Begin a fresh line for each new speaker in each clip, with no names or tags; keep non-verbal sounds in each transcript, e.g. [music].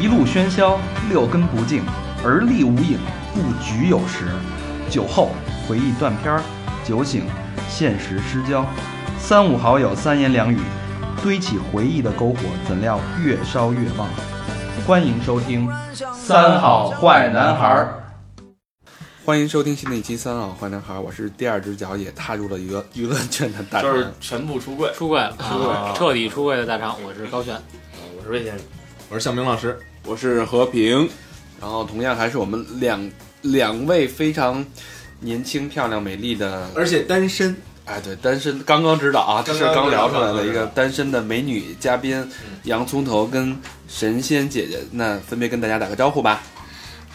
一路喧嚣，六根不净，而立无影，不局有时。酒后回忆断片儿，酒醒现实失焦。三五好友三言两语，堆起回忆的篝火，怎料越烧越旺。欢迎收听《三好坏男孩儿》。
欢迎收听新的一期《三好坏男孩》，我是第二只脚也踏入了娱乐 [laughs] 娱乐圈的大人。
[laughs]
就是全部出柜。
出柜了，啊彻底出柜的大肠，我是高璇。
我是魏先生，
我是向明老师，
我是和平，然后同样还是我们两两位非常年轻、漂亮、美丽的，
而且单身，
哎，对，单身刚刚知道啊，这
刚刚
是刚
知道
聊出来
刚刚
的一
知
个
道嗯
单身的美女嘉宾洋葱头跟神仙姐姐，那分别跟大家打个招呼吧。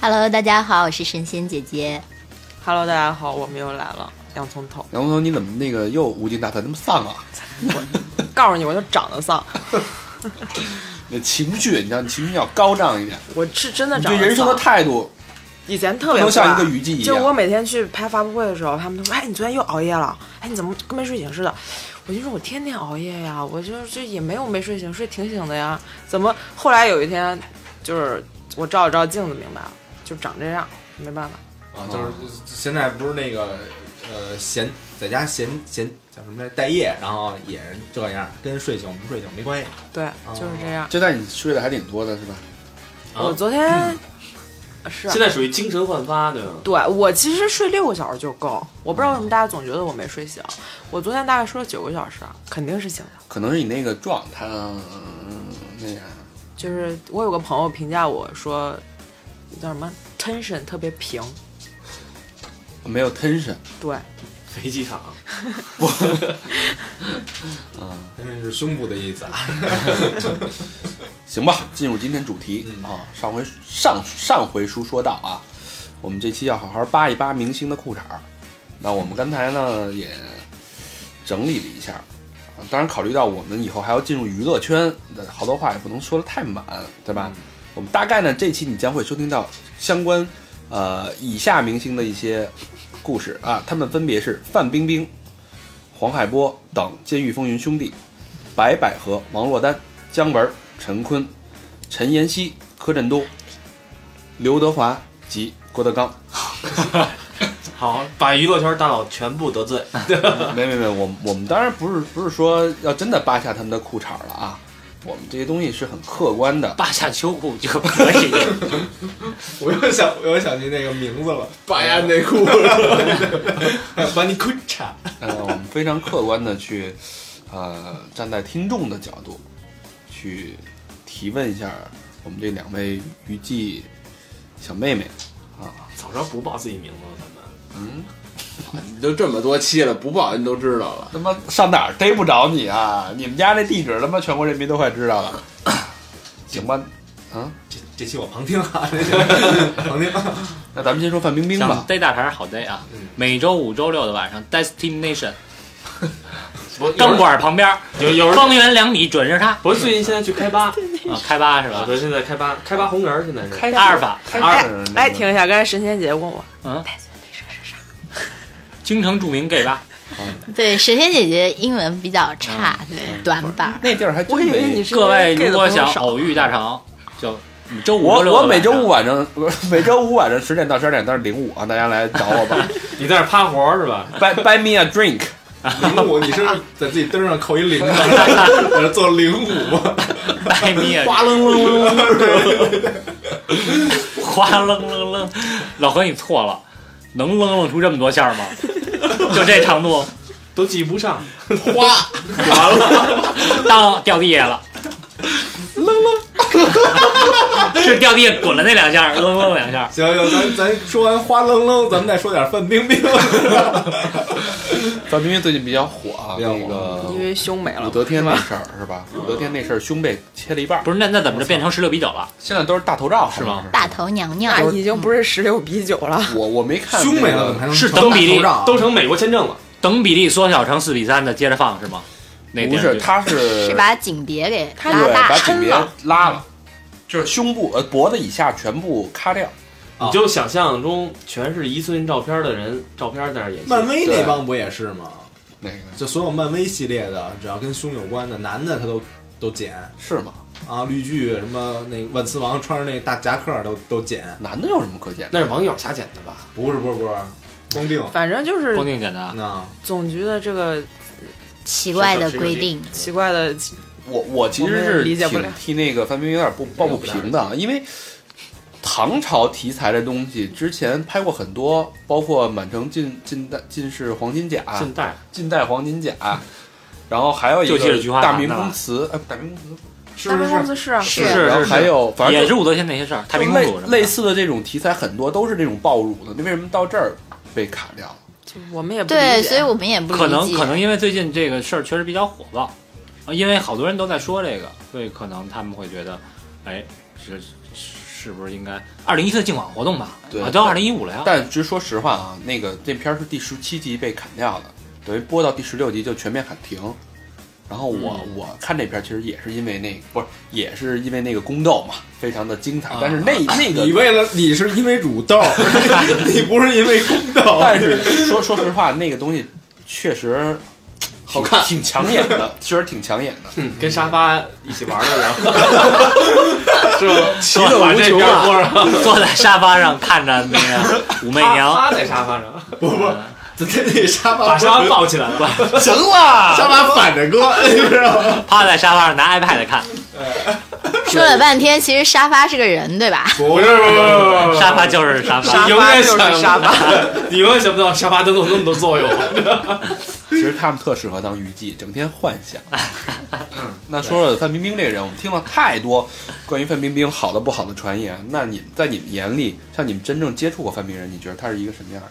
Hello，大家好，我是神仙姐姐。
Hello，大家好，我们又来了，洋葱头。
洋葱头，你怎么那个又无精打采，那么丧啊？
告诉你，我就长得
[laughs]
丧，
那情绪，你知道，你情绪要高涨一点，
我是真的
你
长
对
得丧。
人生的态度
以前特
不
别
能像一
坏
个雨季一
就
样。
我每天去拍发布会的时候，他们都说：“哎，你昨天又熬夜了，哎，你怎么跟没睡醒似的？”我就说：“我天天熬夜呀，我就是就也没有没睡醒，睡挺醒的呀。”怎么后来有一天，就是我照了照镜子，明白了，就长这样，没办法。
啊，就是现在不是那个呃闲在家闲闲叫什么来待业，然后也是这样，跟睡醒不睡醒没关系。
对，就是这样。
这段你睡得还挺多的是吧？
啊
哦
我昨
[clears throat]
天、是啊
现在属于精神焕发，对吗？
对我其实睡六个小时就够，我不知道为什么大家总觉得我没睡醒。我昨天大概睡了九个小时，啊肯定是醒的。
可能是你那个状态、嗯、那样。
就是我有个朋友评价我说，叫什么 tension 特别平，
没有 tension，
对，
飞机场，
那是胸部的意思啊， [laughs]
行吧，进入今天主题、
嗯
啊。上回上上回书说到啊，我们这期要好好扒一扒明星的裤衩儿。那我们刚才呢也整理了一下，啊当然考虑到我们以后还要进入娱乐圈，那好多话也不能说的太满，对吧？我们大概呢这期你将会收听到相关呃以下明星的一些故事啊，他们分别是范冰冰、黄海波等《监狱风云》兄弟、白百合、王珞丹、姜文、陈坤、陈妍希、柯震东、刘德华及郭德纲。
好，把娱乐圈大佬全部得罪。
没没没，我们我们当然不是不是说要真的扒下他们的裤衩了啊，我们这些东西是很客观的。 [laughs]
扒下秋裤就可
[laughs]
以，
我又想我又想起那个名字了，呃
拔呀内裤，
把你裤
[laughs]
衩。
呃，我们非常客观的去，呃，站在听众的角度去提问一下我们这两位娱记小妹妹啊，
早知道不报自己名字了，咱们
嗯，
你都这么多期了，不报人都知道了。
他妈上哪儿逮不着你啊？你们家那地址他妈全国人民都快知道了，行吧？啊，
这这期我旁听啊，这期旁听。啊
那咱们先说范冰冰吧
想。逮大肠好逮啊！每周五、周六的晚上，Destination
不
钢管旁边，
有有人。
方圆两米准是他
我最近现在去开吧，
啊！开吧是
啊，
吧？
对，现在开 [laughs] 吧，开吧红人儿现在是。
开
阿尔法，
二
哎哎，停一下，刚才神仙姐姐问我，
京城著名 gay 吧，
对，神仙姐姐英文比较差，对，短板儿。
那地儿还真
我以为你
没。
是
各位
因为 gay
如
的
果
朋友
想
少
偶遇大肠，就周五、
我
周六的
我每周五
晚
晚上，不是 [laughs] 每周五晚上十点到十二点，但是零五啊，大家来找我吧。
你在那儿趴活儿是吧？
buy buy me a drink。
零五，你是不是在自己灯上扣一零啊？ [laughs] 在这做零五，
[laughs]
上拜灭， [laughs]
哗楞楞楞楞，
哗楞楞楞，老何你错了，能楞楞出这么多下吗？就这长度，
都记不上，
哗！
当掉地下了，愣愣， [laughs] 是掉地下滚了那两下，愣愣两下。
行行，咱咱说完花楞楞，咱们再说点范冰 [laughs] 冰。
范冰冰最近比较火啊，
比较火
那个
因为胸没了
武，则天那事儿是吧？武则天那事儿胸被切了一半儿，
不是，那那怎么就变成十六比九了？
现在都是大头照
是吗？
大头娘娘，
那已经不是十六比九了。
[laughs] 我我没看
胸没
那个
了怎么还能
是
成
等比
大
例
头照啊
都成美国签证了。
等比例缩小成四比三的，接着放是吗？那个
不
电视
是，
剧
他是
是把景别给拉
对，把
大，
紧别
抻了
拉了，就是胸部呃脖子以下全部咔掉。
啊你就想象中全是遗孙照片的人，照片在那儿演戏。
漫威
对
那帮不也是吗？
那个
就所有漫威系列的，只要跟胸有关的，男的他都都剪，
是吗？
啊，绿巨什么那个万磁王穿着那大夹克都都剪，
男的有什么可剪的？
那是网友瞎剪的吧？
不是不是不是，光腚
反正就是
光腚剪的，
啊，
总局的这个
奇怪的规定，
奇怪的，
我我其实
我们
是
理解不
挺
了
替那个范冰冰有点不抱不平的，啊因为唐朝题材的东西之前拍过很多，包括《满城尽尽带尽是黄金甲》
现代
近代黄金甲，然后还有一
就记着
个
菊花
大
坛
明
的
宫
了
词，哎，大明宫词
是
大
是
明公司
是，
是啊，
是
然后还有反正
也
就是
武则天那些事儿，太平公
类
主什么
类
的。
似的这种题材很多都是这种暴乳的，那为什么到这儿被卡掉了？
就我们也不
对，
理解
所以我们也不理解
可能可能因为最近这个事儿确实比较火爆，啊因为好多人都在说这个，所以可能他们会觉得，哎，是是不是应该二零一四竞网活动吧？
对
啊，都二零一五了呀。
但其实说实话啊，那个这片儿是第十七集被砍掉的，等于播到第十六集就全面喊停。然后我、
嗯
我看这片儿其实也是因为那个不是也是因为那个宫斗嘛，非常的精彩。
啊
但是那那个
你
[laughs]
为了你是因为乳豆，你不是因为宫斗，
[laughs] 但是说说实话，那个东西确实好看，挺抢眼的，确实挺抢眼的。
嗯
[laughs]
跟沙发一起玩的，然后是 [laughs] 吧？
骑着
把这边播上，
坐在沙发上看着那个武媚
趴
娘，
趴在沙发上，
不不，在那沙
[laughs] 把
发
沙发抱起来，
行了，沙发反着搁，你知道吗？ [laughs]
趴在沙发上拿 iPad 看，
说了半天，其实沙发是个人，对吧？
不是不是
沙发就是沙发。
沙
你永
发
远
就是
想不
沙发，
到， [laughs] 你永远想不到沙发能有那么多作用。
其实他们特适合当娱记，整天幻
[laughs]
想。那说说范冰冰这个人，我们听了太多关于范冰冰好的不好的传言。那你们在你们眼里，像你们真正接触过范冰冰人，你觉得她是一个什么样的？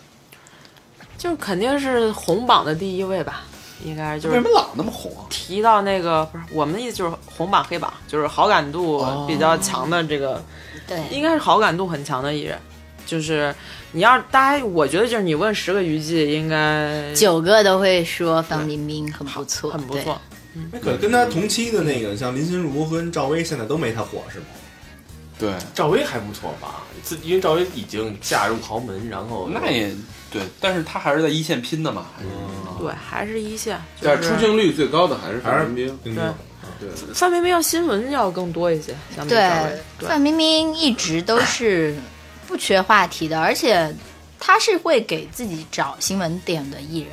就肯定是红榜的第一位吧，应该就
为什
是
么老那么红啊？
提到那个不是我们的意思就是红榜黑榜，就是好感度比较强的这个，
对，
应该是好感度很强的艺人，就是你要是大家，我觉得就是你问十个娱记应该
九个都会说范冰冰很不错，
很不
对
错，
那可跟他同期的那个，像林心如跟赵薇，现在都没他火是吗？
对，
[laughs] 赵薇还不错吧？自因为赵薇已经嫁入豪门，然后
那也对，但是她还是在一线拼的嘛。还是
对，还是一线，就
但
是
是出镜率最高的还是范冰冰。
对
对范冰冰要新闻要更多一些，相比赵薇
对，
对
范冰冰一直都是不缺话题的，而且她是会给自己找新闻点的艺人。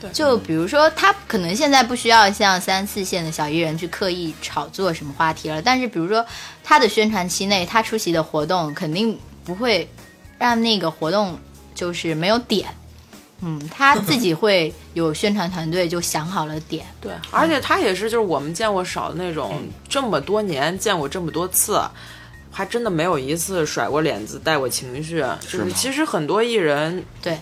对
就比如说，她可能现在不需要像三四线的小艺人去刻意炒作什么话题了，但是比如说她的宣传期内，她出席的活动肯定不会让那个活动就是没有点。嗯，她自己会有宣传团队就想好了点，
对，而且她也是，就是我们见过少的那
嗯
种，这么多年见过这么多次，还真的没有一次甩过脸子、带过情绪。就是
吗
是其实很多艺人，
对，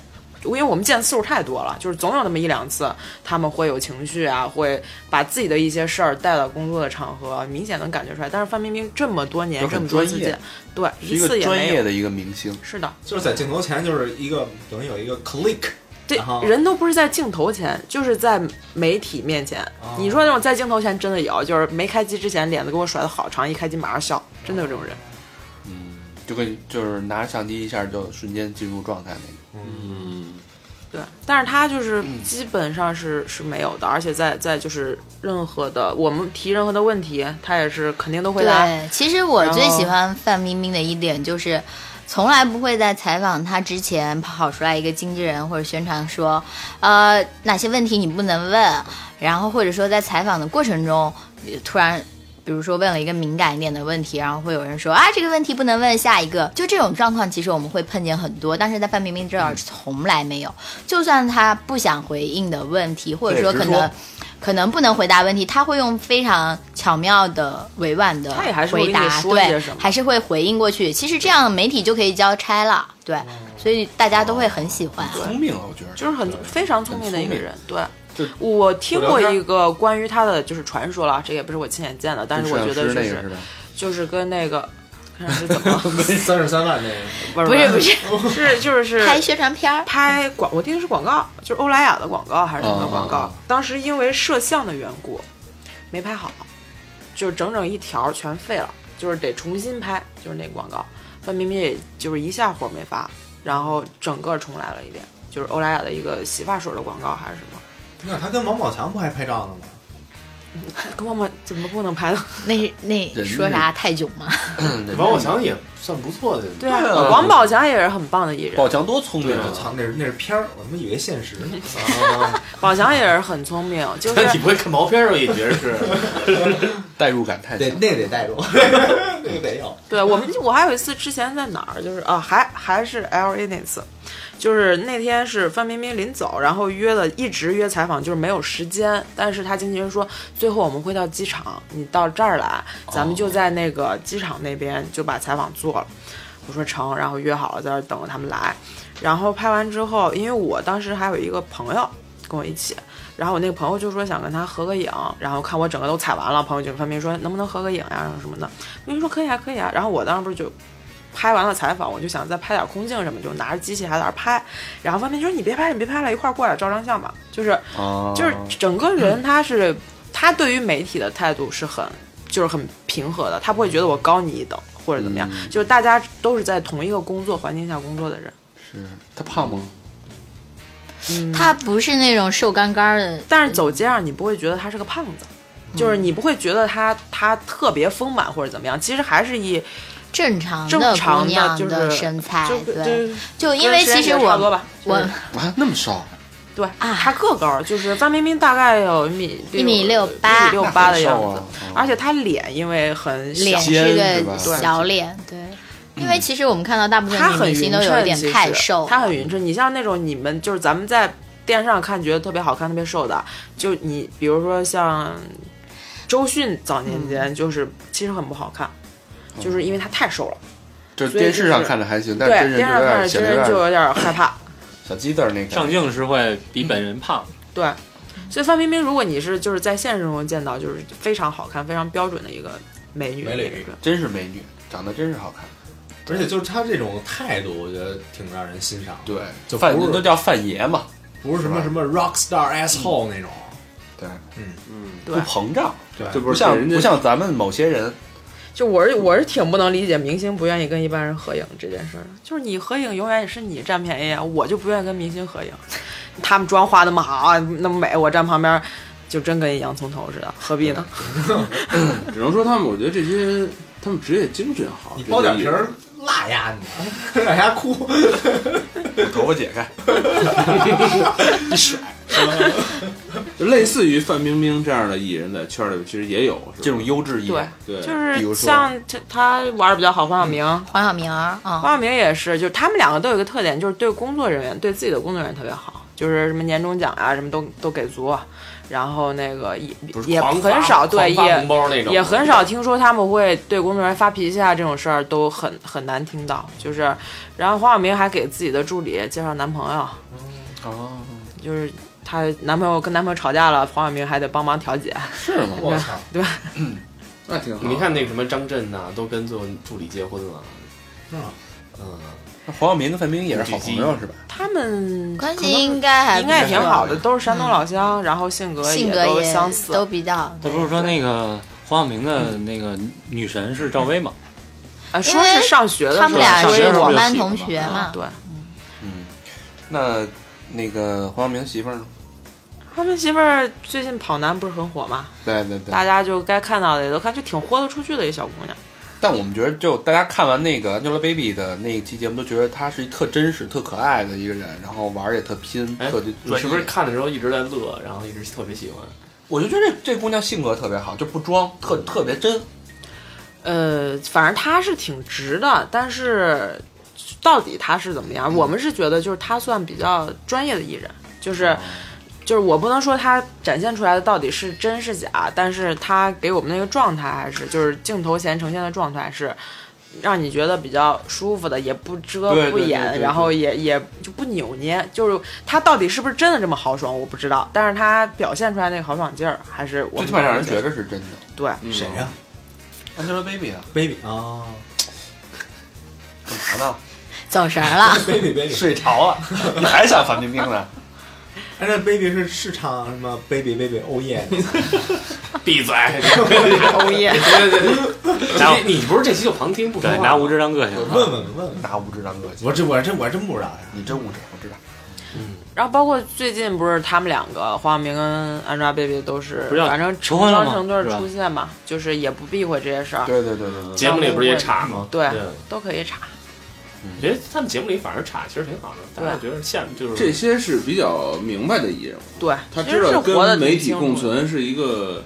因为我们见的次数太多了，就是总有那么一两次他们会有情绪啊，会把自己的一些事儿带到工作的场合，明显能感觉出来。但是范冰冰这么多年
就很
这么多次
专业
见，对，
是
一
一
次
个
也
专
没
业
有。
的一个明星。
是的，
就是在镜头前就是一个等于有一个
[laughs]
click，
对
然后，
人都不是在镜头前，就是在媒体面前。
哦
你说那种在镜头前真的有，就是没开机之前脸子给我甩的好长，一开机马上笑，真的有这种人。
就跟就是拿相机一下就瞬间进入状态那种，
对，但是他就是基本上是、是没有的，而且在在就是任何的我们提任何的问题，他也是肯定都回答。
对，其实我
然
最喜
后
欢范冰冰的一点就是，从来不会在采访她之前跑出来一个经纪人或者宣传说，呃，哪些问题你不能问，然后或者说在采访的过程中呃突然。比如说问了一个敏感一点的问题，然后会有人说啊这个问题不能问，下一个就这种状况，其实我们会碰见很多，但是在范冰冰这儿从来没有。就算她不想回应的问题，或者
对
说
直
可
说
能可能不能回答问题，他会用非常巧妙的、委婉的
他也还是会
回
跟你
答，
说一些
对
什，么
还是会回应过去。其实这样媒体就可以交差了，对，
哦
所以大家都会很喜欢。
聪明啊，我觉得
就是很非常聪明的一个
很聪明
人。对
就，
我听
不
过
聊天
一个关于他的就是传说了，这也不是我亲眼见的，但
跟
是我
摄
觉得
影师
就
那个
是
是吧？
就是跟那个。看是怎么了？
三十三万那 [laughs] 个。
不
不是不是，
是就是
拍宣传片儿，
拍广，我记得是广告，就是欧莱雅的广告还是什么广告？
哦
当时因为摄像的缘故，没拍好，就是整整一条全废了，就是得重新拍，就是那广告。范冰冰也就是一下火没发，然后整个重来了一遍， [laughs] 就是欧莱雅的一个洗发水的广告还是什么？
那他跟王宝强不还拍照呢吗？
旺旺怎么不能拍到？
那那
人
说啥泰囧吗？
嗯
王宝强也算不错的，
对
对
啊，
啊哦
王宝强也是很棒的艺人，
宝强多聪明
我
啊！
操，那是那是片儿，我他妈以为现实呢。
[laughs] 宝强也是很聪明，就
但
是
你不会看毛片儿吧？也觉得是，
[laughs] 代入感太强
对，。那得带入， [laughs] 那个得有。
对我们，我还有一次之前在哪儿，就是啊，还还是 L A 那次，就是那天是范冰冰临走，然后约了，一直约采访，就是没有时间。但是他经纪人说，最后我们会到机场，你到这儿来，咱们就在那个机场那边就把采访做了。我说成，然后约好了，在这儿等着他们来。然后拍完之后，因为我当时还有一个朋友跟我一起，然后我那个朋友就说想跟他合个影，然后看我整个都采完了，朋友就跟范冰冰说能不能合个影呀、然后什么的。冰冰说可以啊，可以啊。然后我当时不是就拍完了采访，我就想再拍点空镜什么，就拿着机器还在那儿拍。然后范冰冰说你别拍了，你别拍了，一块儿过来照张相吧。就是
啊
就是整个人他是、他对于媒体的态度是很就是很平和的，他不会觉得我高你一等或者怎么样，就是大家都是在同一个工作环境下工作的人。
是他胖吗？
嗯
他不是那种瘦干干的，
但是走街上你不会觉得他是个胖子，就是你不会觉得他他特别丰满或者怎么样，其实还是一
正常
正
的
常
姑
的
娘
就是
的身材
就，
对，
就
就因为其实
跟时间也差不多
我
吧，
我
啊，那么瘦，
对他个高，就是范冰冰大概有一米
啊一米
六
六八
一米六八的样
那很
子
瘦啊，
哎而且他脸因为很小
脸
尖
是
是
个
吧
小脸，对。因为其实我们看到大部分
他
女
嗯很
明
匀
星
称，
都有一点
其实
太瘦，
他很匀称。你像那种你们就是咱们在电视上看觉得特别好看、特别瘦的，就你比如说像周迅早年
嗯
间就是其实很不好看，
嗯
就是因为她太瘦了。
就是
所以
电
就是
视上看着还行，但
对，
真人
电视
就
上
有
看着
点显
真
得有
人就
点
有点害怕。
小鸡蛋那
上
个。
镜是会比本人胖。
对，所以范冰冰，如果你是就是在现实中见到，就是非常好看、非常标准的一个美女，
美女
是
真是美女，长得真是好看。
而且就是他这种态度，我觉得挺让人欣赏。，
对，
就
范
不是
都叫范爷嘛，
不是什么
是吧嗯
什么 rock star asshole 那种。嗯
对，不
对，
膨胀，
对，
这不
不
是
像
人
不
家
像咱们某些人，
就我是我是挺不能理解明星不愿意跟一般人合影这件事儿的，就是你合影永远也是你占便宜啊，我就不愿意跟明星合影，他们妆化那么好，那么美，我站旁边就真跟一洋葱头似的，何必呢？
只能说他们，我觉得这些他们职业精神好。
你包点皮儿辣呀你， [laughs] 让丫哭。
头发解开，
[laughs]
[laughs]
就类似于范冰冰这样的艺人，在圈里边其实也有是吧
这种优
嗯
质艺
对
人，，
对，
比
就
如
是
说
像他他玩的比较好，黄晓明，
嗯
黄晓明儿啊，
黄晓明也是，就是他们两个都有一个特点，就是对工作人员、对自己的工作人员特别好，就是什么年终奖啊，什么都都给足，然后那个也
不是
也
狂
很
发
少对
狂发红
也
包那种，
也很少听说他们会对工作人员发脾气啊这种事儿都很很难听到。就是，然后黄晓明还给自己的助理介绍男朋友，
哦，
就是她男朋友跟男朋友吵架了，黄晓明还得帮忙调解。
是吗？
我操！
那挺好。
你看那个什么张震呐，都跟做助理结婚了。
嗯
嗯，
那黄晓明跟范冰冰也是好朋友是吧？
他们
关
可能
系应该还
应该也挺好的，
不
都是山东老乡，然后性格
性格
都
也
相似，
都比较
他不是说那个黄晓明的那个女神是赵薇吗？
啊，说是上学的时候
他们俩
说
上学
是
的时候
同
就
班
喜欢
同
嘛
学嘛，
啊对。
嗯，那那个黄晓明媳妇儿呢？
他们媳妇儿最近跑男不是很火嘛，
对对对，
大家就该看到的也都看，就挺豁得出去的一小姑娘。
但我们觉得，就大家看完那个 Angelababy 的那一期节目，都觉得她是一特真实、特可爱的一个人，然后玩儿也特拼、
哎
特，
你
专
是不是
业
看的时候一直在乐，然后一直特别喜欢？
我就觉得这这姑娘性格特别好，就不装，特特别真。
呃，反正她是挺直的，但是到底她是怎么
嗯
样，我们是觉得就是她算比较专业的艺人，就是。
哦
就是我不能说她展现出来的到底是真是假，但是她给我们那个状态还是就是镜头前呈现的状态是，让你觉得比较舒服的，也不遮
对对
不
对
掩，
对对
然后也也就不扭捏。就是她到底是不是真的这么豪爽，我不知道，但是她表现出来那个豪爽劲儿，还是我
最
们
起码让人觉
得
得是真的。嗯
对。
谁呀
Angelababy 啊，
[laughs] ？baby 啊
干嘛呢？
走神儿了。
，baby baby。
睡着了， [laughs] 你还想范冰冰呢？ [laughs]
哎，那 baby 是市场什么 baby baby 哦耶，
闭 [laughs] 嘴！
欧耶，
你你不是这期就旁听不说
对，
话
拿无知当个性
问
了。
问问问，
拿无知当个性，
我这我这我真不知道呀。
你真无知，我知道。
然后包括最近不是他们两个黄晓明跟 Angelababy 都是
不是，要
反正
求婚了
成
吗
双成对儿
是吧
出现嘛，就是也不避讳这些事儿，
对对对对对，
节目里不是也查吗？
对
对，
都可以查。
我觉得他们节目里反而查其实挺好的，大家觉得下面就是
这些是比较明白的艺人，
对，
他
其
知
实是
道
活的
跟媒体共存是一个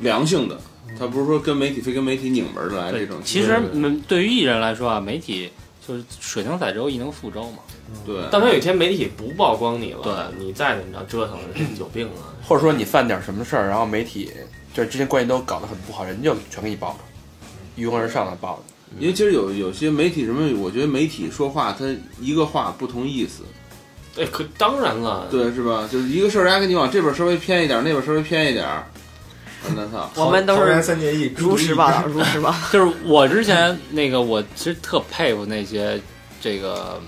良性的，他不是说跟媒体非跟媒体拧门儿的来这
对
种。，
其实嗯对于艺人来说啊，媒体就是水能载舟，亦能覆舟嘛。
对，
但凡有一天媒体不曝光你了，
对
你再怎么着折腾是有病啊！
或者说你犯点什么事儿，然后媒体就是之前关系都搞得很不好，人就全给你报了，一拥而上的报了。
因为其实有有些媒体什么，我觉得媒体说话，他一个话不同意思，
对，可当然了，
对，是吧？就是一个事儿，人家给你往这边稍微偏一点儿，那边稍微偏一点儿，那
[laughs]
操，
我们都
桃园
是
三结义，
如实
[laughs]
报道，如实
[laughs]
报道。
[laughs] 就是我之前那个，我其实特佩服那些这个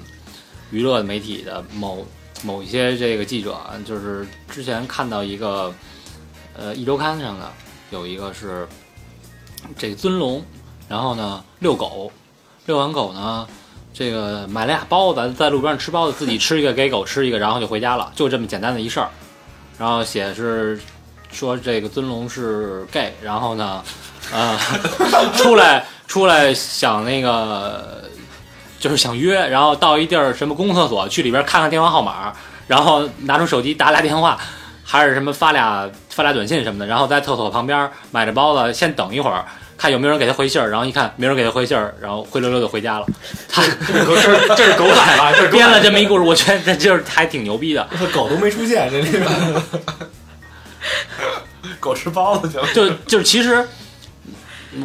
娱乐媒体的某某一些这个记者啊，就是之前看到一个呃一周刊上的有一个是这个尊龙，然后呢遛狗，遛完狗呢。这个买了俩包子，在路边上吃包子，自己吃一个给狗吃一个，然后就回家了，就这么简单的一事儿。然后写是说这个尊龙是 gay，然后呢，啊、 [laughs] 出来出来想那个就是想约，然后到一地儿什么公共厕所去里边看看电话号码，然后拿出手机打俩电话，还是什么发俩发俩短信什么的，然后在厕所旁边买着包子先等一会儿。看有没有人给他回信儿，然后一看没人给他回信儿，然后灰溜溜的回家了。 [laughs] 他
这是这是狗仔吧？这是狗
编
仔
了这么一故事，我觉得这就是还挺牛逼的。
狗都没出现，这里边狗吃包子去了。
[laughs] 就就是其实，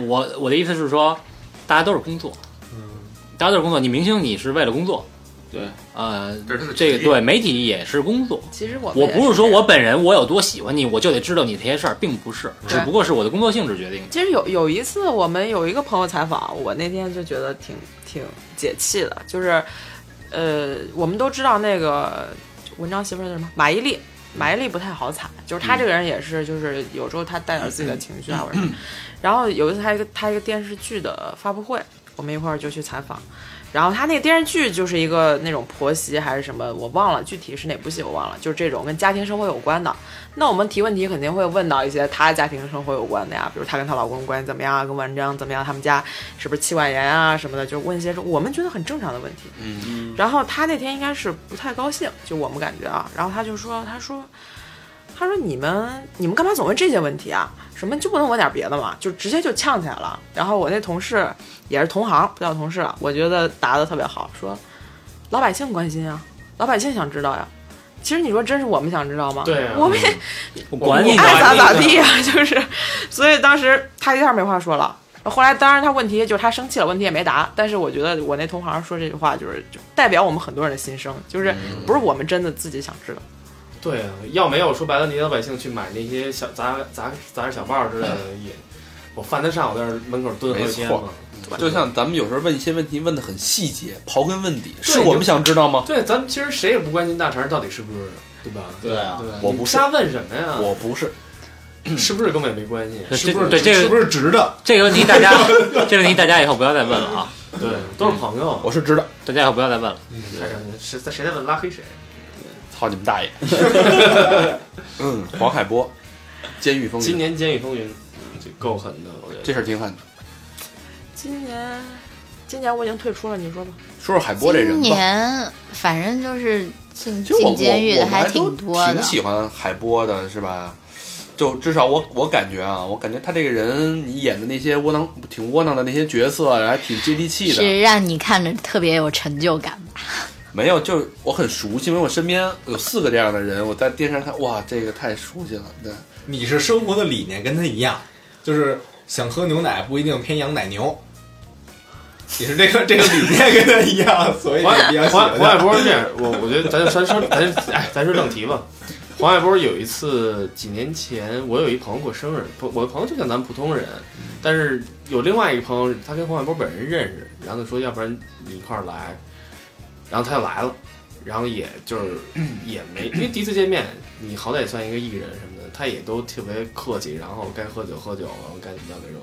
我我的意思是说，大家都是工作，嗯大家都是工作。你明星你是为了工作，
对，
呃，
这是他的
这
职
个
业
对媒体也是工作。
其实我们
我
也
不是说我本人我有多喜欢你，我就得知道你这些事儿，并不是，
对
只不过是我的工作性质决定的。
其实有有一次，我们有一个朋友采访，我那天就觉得挺挺解气的，就是，呃，我们都知道那个文章媳妇儿叫什么马伊琍，马伊琍不太好踩，就是她这个人也是，就是有时候她带点自己的情绪啊，或者什么。然后有一次她一个她一个电视剧的发布会，我们一块儿就去采访，然后她那个电视剧就是一个那种婆媳还是什么，我忘了具体是哪部戏，我忘了，就是这种跟家庭生活有关的。那我们提问题肯定会问到一些她家庭生活有关的呀，比如她跟她老公关系怎么样啊，跟文章怎么样，他们家是不是妻管严啊什么的，就问一些我们觉得很正常的问题。嗯。然后她那天应该是不太高兴，就我们感觉啊，然后她就说，她说，她说你们你们干嘛总问这些问题啊？什么就不能问点别的嘛？就直接就呛起来了。然后我那同事也是同行，不叫同事了，我觉得答的特别好，说老百姓关心啊，老百姓想知道呀。其实你说真是我们想知道吗？
对啊
我们也
我管你
你
呢
爱咋咋地呀、就是，所以当时他一下没话说了。后来，当然他问题就是他生气了，问题也没答。但是我觉得我那同行说这句话就是就代表我们很多人的心声，就是
嗯
不是我们真的自己想知道。
对啊，要没有说白了，你老百姓去买那些小杂杂杂志小报之类的，也我犯得上我在这门口蹲好几天
没
吗？
就像咱们有时候问一些问题，问的很细节，刨根问底，
对
是我们想知道吗？
对，咱们其实谁也不关心大肠到底是不是，对吧？
对啊，
吧
我
你
不是
瞎问什么呀？
我不是，
是不是根本没关系？
这
不是
对这
是
个
不是直的？
这个问题大家这个问题大家以后不要再问了啊！
对，都是朋友。
我是知道。
大家以后不要再问了。
哎呀谁在谁在问拉黑谁？
操你们大爷！ [laughs] 嗯，黄海波，监狱风
今
云，
年《监狱风云》这够狠的，我觉
这
得。
事儿挺狠的。
今年，今年我已经退出了，你说吧。
说说海波这人
今
吧，
年反正就是进
其实我
进
我
监狱
我
的
们还
挺
都
多的
挺，喜欢海波的，是吧？就至少我我感觉啊，我感觉他这个人，你演的那些窝囊挺窝囊的那些角色，啊还挺接地气的。
是让你看着特别有成就感吧？
没有，就是我很熟悉，因为我身边有四个这样的人，我在电视上看，哇，这个太熟悉了。对，
你是生活的理念跟他一样，就是想喝牛奶不一定偏羊奶牛，你是这个这个理念跟他一样，所以你
黄
比较
海
喜
黄海
欢
黄海
他。
波是这样，我我觉得咱就咱说咱就哎，咱说正题吧。黄海波有一次几年前，我有一朋友过生日，不我的朋友就像咱们普通人，但是有另外一个朋友，他跟黄海波本人认识，然后就说要不然你一块儿来，然后他就来了，然后也就是也没因为第一次见面，你好歹也算一个艺人什么的，他也都特别客气，然后该喝酒喝酒，然后该怎么样那种，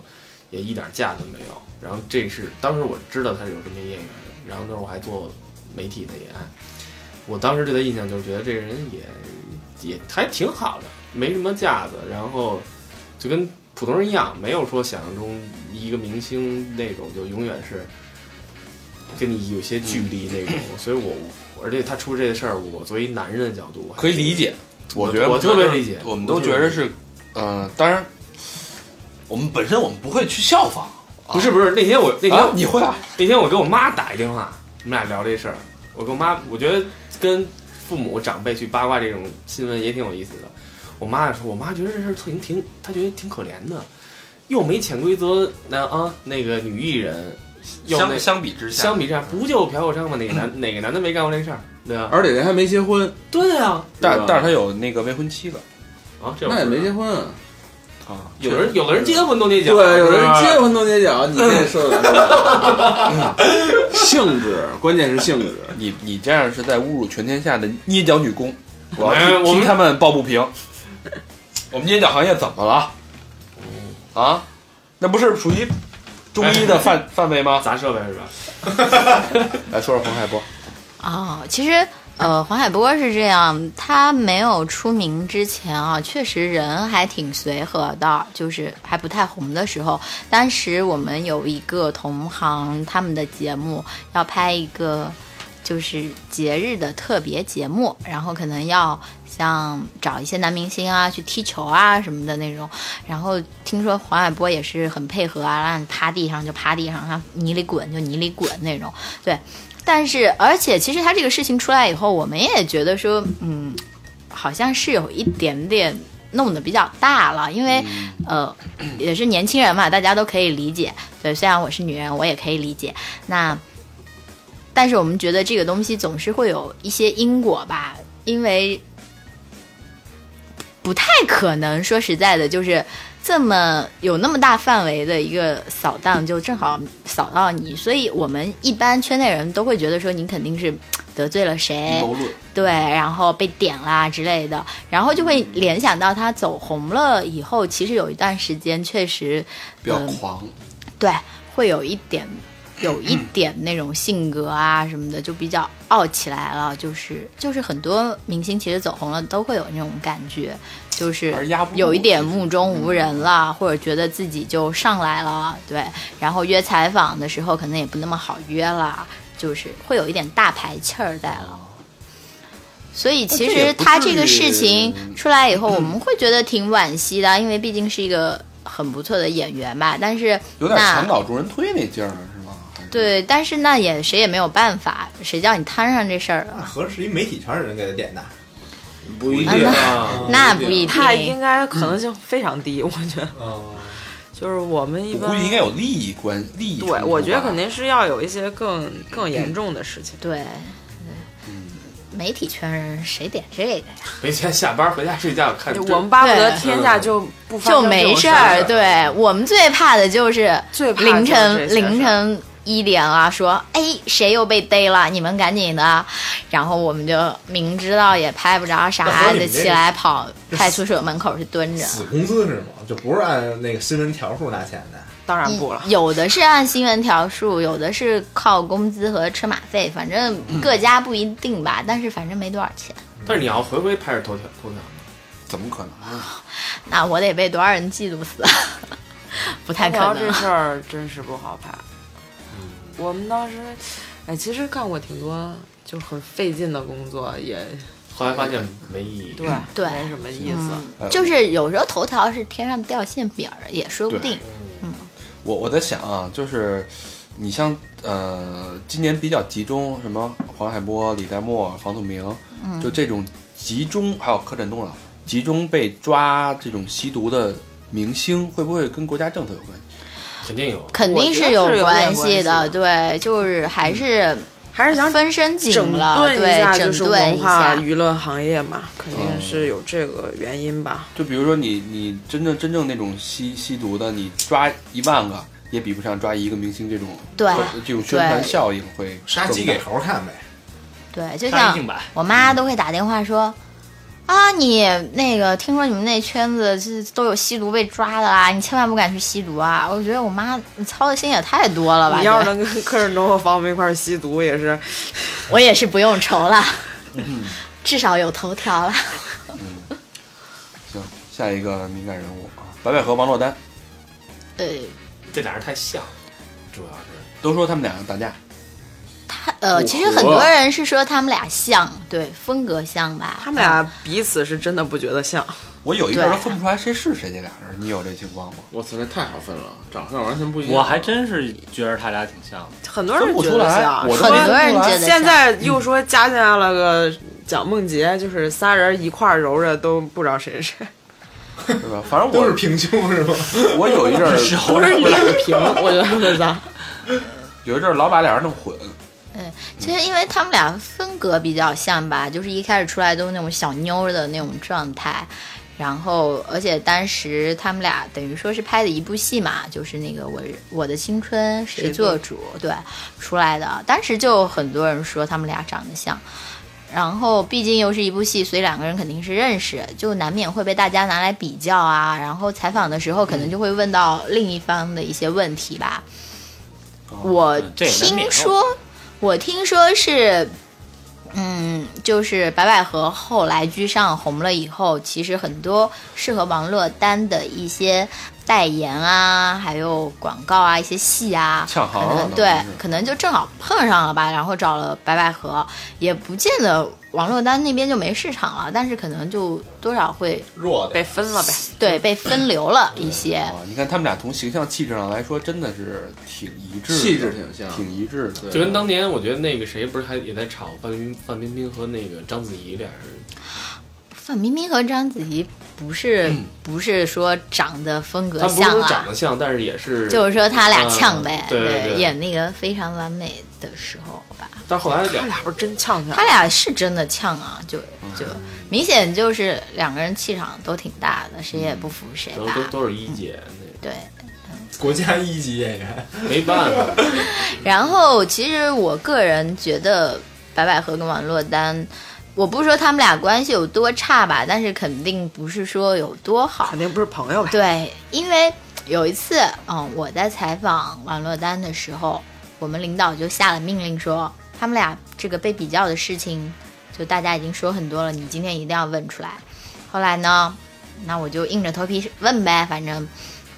也一点架都没有。然后这是当时我知道他是有这么一演员，然后那时候我还做媒体的也爱，我当时对他印象就是觉得这个人也也还挺好的，没什么架子，然后就跟普通人一样，没有说想象中一个明星那种就永远是跟你有些距离那种，所以我而且他出这事儿，我作为一男人的角度
可以理，解，
我
觉得
我特别理解
我们都觉得是，嗯，当然，我们本身我们不会去效仿，啊
不是不是那天我那天、
啊，你会啊？
那天我跟我妈打一电话，我们俩聊这事儿。我跟我妈，我觉得跟父母长辈去八卦这种新闻也挺有意思的。我妈也说，我妈觉得这事儿挺挺，她觉得挺可怜的，又没潜规则，那啊那个女艺人，又那
啊相相比之下，
相比之下，不就朴有章吗？哪
[clears throat]
个男哪个男的没干过这事儿？对啊吧？
而且人还没结婚，
对啊，
但但是
他
他有那个未婚妻了
啊，这我
那也
不
没
知
结
道
婚啊。
啊，
有的人有的人结婚都
对，
得讲，
有
是
人
吧
结婚都捏脚，你这受得了？性质，关键是性质。
你你这样是在侮辱全天下的捏脚女工，我
哎
要
我
替
们
替他们抱不平。我们捏脚行业怎么了？啊，那不是属于中医的 [laughs] 范范围吗？
砸设备是吧？
来哎说说黄海波，
哦，其实呃，黄海波是这样，他没有出名之前啊，确实人还挺随和的，就是还不太红的时候。当时我们有一个同行，他们的节目要拍一个。就是节日的特别节目，然后可能要像找一些男明星啊去踢球啊什么的那种，然后听说黄海波也是很配合啊，让你趴地上就趴地上，让你泥里滚就泥里滚那种，对。但是，而且其实他这个事情出来以后，我们也觉得说，嗯，好像是有一点点弄得比较大了，因为、呃，也是年轻人嘛，大家都可以理解。对，虽然我是女人，我也可以理解。那，但是我们觉得这个东西总是会有一些因果吧，因为不太可能说实在的，就是这么有那么大范围的一个扫荡，就正好扫到你，所以我们一般圈内人都会觉得说你肯定是得罪了谁，
论，
对，然后被点啦之类的，然后就会联想到他走红了以后，其实有一段时间确实
比较
嗯
狂，
对，会有一点，有一点那种性格啊什么的，就比较傲起来了。就是就是很多明星其实走红了都会有那种感觉，就是
而压不住
有一点目中无人了，或者觉得自己就上来了，对。然后约采访的时候可能也不那么好约了，就是会有一点大牌气儿在了。所以其实他这个事情出来以后，我们会觉得挺惋惜的，因为毕竟是一个很不错的演员吧。但是
有点墙
那
倒众人推那劲儿是吗？还是，
对，但是那也谁也没有办法，谁叫你摊上这事儿
那
了？
合着是一媒体圈的人给他点的，
不一
啊
定
嗯
啊，
那不一
[laughs] 他
定
应。该可能性非常低，我觉得
嗯，
就是我们一
我
般
估计应该有利益关利益冲突吧。
对，我觉得肯定是要有一些更更严重的事情。
对，
嗯
媒体圈人谁点这个呀？
没钱下班回家睡觉看。
哎
我们巴不得
对
天下就不发生
就
这
没
种
事
事
儿。，对我们最怕的就是
最怕
凌
就是这些
晨
事儿
凌晨一点啊，说哎谁又被逮了，你们赶紧的。然后我们就明知道也拍不着啥
那合理
的，
这
起来跑派出所门口去蹲着。
死工资是吗？就不是按那个新闻条数拿钱的。
当然不了。
有的是按新闻条数，有的是靠工资和车马费，反正
嗯
各家不一定吧。但是反正没多少钱，
但是你要回回拍着头条头条，
怎么可能？
那我得被多少人嫉妒死？ [laughs] 不太可
聊
能
这。事儿真是不好拍。我们当时，哎，其实干过挺多就很费劲的工作，也
后来发现没意义。
对，
对嗯
没什么意思。
哎
就是有时候头条是天上掉馅饼儿，也说不
对
定。
我我在想啊，就是你像呃，今年比较集中，什么黄海波、李代沫、房祖名，
嗯
就这种集中，还有柯震东了，集中被抓这种吸毒的明星，会不会跟国家政策有关系？
肯定有。
肯定是关系
我觉得是有点关系的
对，就是还是
还是想
分身紧
整
了，
顿一下，
对，
就
整
是
顿
文
一
化
下。
娱乐行业嘛，肯定是有这个原因吧。
就比如说你你真正真正那种吸吸毒的，你抓一万个也比不上抓一个明星这种
啊
对
这种宣传
对
效应会
杀鸡
更大
给猴看呗，
对，就
上
像
一定版，
我妈都会打电话说。啊，你那个听说你们那圈子是都有吸毒被抓的啊啦，你千万不敢去吸毒啊！我觉得我妈你操的心也太多了吧，
你要是
对
能跟柯震东和房东一块儿吸毒，也是
我也是不用愁了。 [laughs] 至少有头条了。 [laughs]
行，下一个敏感人物啊，白百合、王珞丹，
呃，
这俩人太像了，主要是
都说他们俩打架，
他呃，其实很多人是说他们俩像，对，风格像吧。
他们俩彼此是真的不觉得像，
我有一阵儿都
对
分不出来谁是谁这俩人，你有这情况吗？
我操，这太好分了，长相完全不一样。
我还真是觉得他俩挺像的。
很多人
分不
觉
出
得
来
像，
我都
说
很多人觉得像
现在又说加进来了个蒋梦婕，就是仨人一块儿揉着都不知道谁是谁。
对吧？反正
都是
我
平胸是吗？
我有一阵儿
不是你很平， [laughs] 我觉得他们仨。
有一阵儿老把俩人弄混，
嗯，其实因为他们俩风格比较像吧，就是一开始出来都是那种小妞儿的那种状态，然后而且当时他们俩等于说是拍的一部戏嘛，就是那个我我的青春谁做主对出来的，当时就很多人说他们俩长得像。然后，毕竟又是一部戏，所以两个人肯定是认识，就难免会被大家拿来比较啊。然后采访的时候，可能就会问到另一方的一些问题吧。我
嗯这也难免
听说，我听说是，嗯，就是白百合后来居上红了以后，其实很多适合王珞丹的一些代言啊，还有广告啊，一些戏啊，
呛
可
行了
能。对，可能就正好碰上了吧，然后找了白百合，也不见得王珞丹那边就没市场了，但是可能就多少会
弱的
被分了呗。
对被分流了一些。
啊，你看他们俩从形象气质上来说，真的是挺一致的，
气质挺像，
挺一致的，
就跟当年我觉得那个谁不是还也在吵范冰范冰冰和那个章子怡俩人，
范冰冰和章子怡不是、不是说长得风格
嗯他不是
像
说
啊，
长得像，但是也是
就是说他俩呛呗，
嗯对对对
演那个非常完美的时候吧，
但后来
他
俩
俩不是真呛呛
他，俩是真的呛啊，就
嗯
就明显就是两个人气场都挺大的，谁也不服谁
都
吧
都，都是一姐，
对。
[laughs] 国家一级演员，
那没办
[laughs]
法，
然后其实我个人觉得白百合跟王珞丹。我不是说他们俩关系有多差吧，但是肯定不是说有多好
肯，定不是朋友呗。
对，因为有一次，嗯，我在采访王珞丹的时候，我们领导就下了命令说，他们俩这个被比较的事情，就大家已经说很多了，你今天一定要问出来。后来呢，那我就硬着头皮问呗，反正，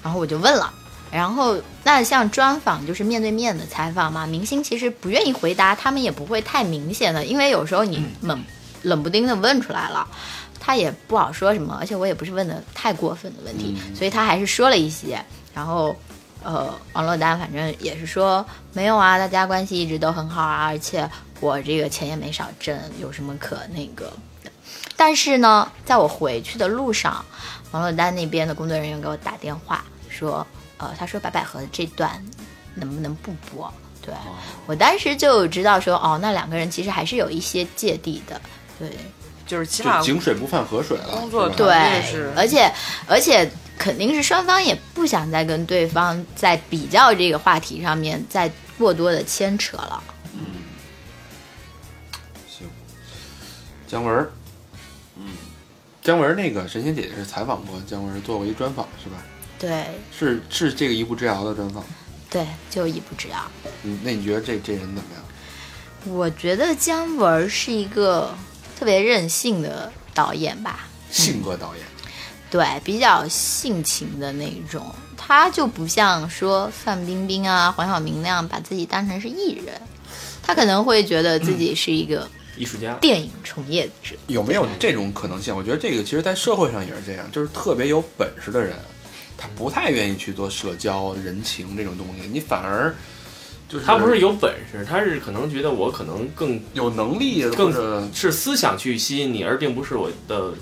然后我就问了。然后，那像专访就是面对面的采访嘛，明星其实不愿意回答，他们也不会太明显的，因为有时候你冷冷不丁的问出来了，他也不好说什么，而且我也不是问的太过分的问题，所以他还是说了一些。然后，呃，王珞丹反正也是说没有啊，大家关系一直都很好啊，而且我这个钱也没少挣，有什么可那个的。但是呢，在我回去的路上，王珞丹那边的工作人员给我打电话说，呃，他说白百合的这段能不能不播？对我当时就知道说，哦，那两个人其实还是有一些芥蒂的，对。
就是起码
就井水不犯河水了，
工作
是吧
对
对
是，
而且而且肯定是双方也不想再跟对方在比较这个话题上面再过多的牵扯了。
姜文，嗯，姜文那个神仙姐姐是采访过姜文，做过一专访是吧？
对
是是这个一步之遥的专访，
对，就一步之遥。
嗯，那你觉得这这人怎么样？
我觉得姜文是一个特别任性的导演吧，
性格导演，
对，比较性情的那种。他就不像说范冰冰啊、黄晓明那样把自己当成是艺人，他可能会觉得自己是一个
嗯艺术家。
电影从业者。
有没有这种可能性？我觉得这个其实，在社会上也是这样，就是特别有本事的人，他不太愿意去做社交、人情这种东西，你反而就是
他不是有本事，他是可能觉得我可能更
有能力或
更
者
是思想去吸引你，而并不是我的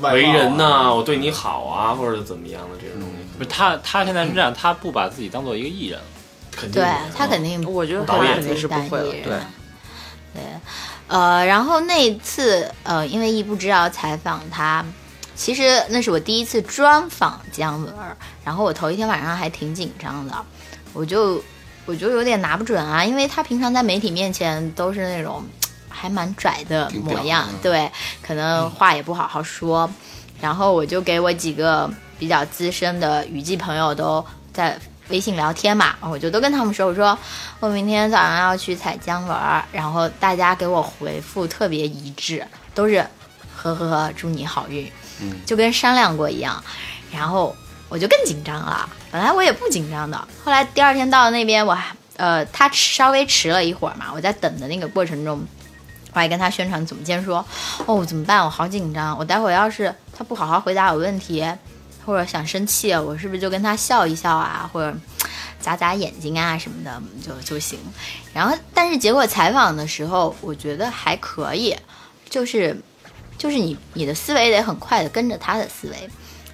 外
为
貌啊
人呐、我对你好啊，或者怎么样的这种东西，
嗯
不是他，他现在是这样，他不把自己当做一个艺人了。
肯定
对
的啊
他肯定
我觉得
导
他
演
肯定是不会的。
对，对，呃，然后那一次，呃，因为一步之遥采访他，其实那是我第一次专访姜文儿，然后我头一天晚上还挺紧张的，我就我就有点拿不准啊，因为他平常在媒体面前都是那种还蛮拽的
挺
模
屌的
样
嗯，
对，可能话也不好好说，然后我就给我几个比较资深的娱记朋友都在微信聊天嘛，我就都跟他们说，我说我明天早上要去采姜文儿，然后大家给我回复特别一致，都是呵呵呵，祝你好运，
嗯
就跟商量过一样，然后我就更紧张了。本来我也不紧张的，后来第二天到了那边，我还呃，他迟稍微迟了一会儿嘛，我在等的那个过程中，我还跟他宣传总监说，哦，怎么办？我好紧张，我待会儿要是他不好好回答我问题，或者想生气，我是不是就跟他笑一笑啊，或者眨眨眼睛啊什么的就就行。然后，但是结果采访的时候，我觉得还可以，就是就是你你的思维得很快的跟着他的思维。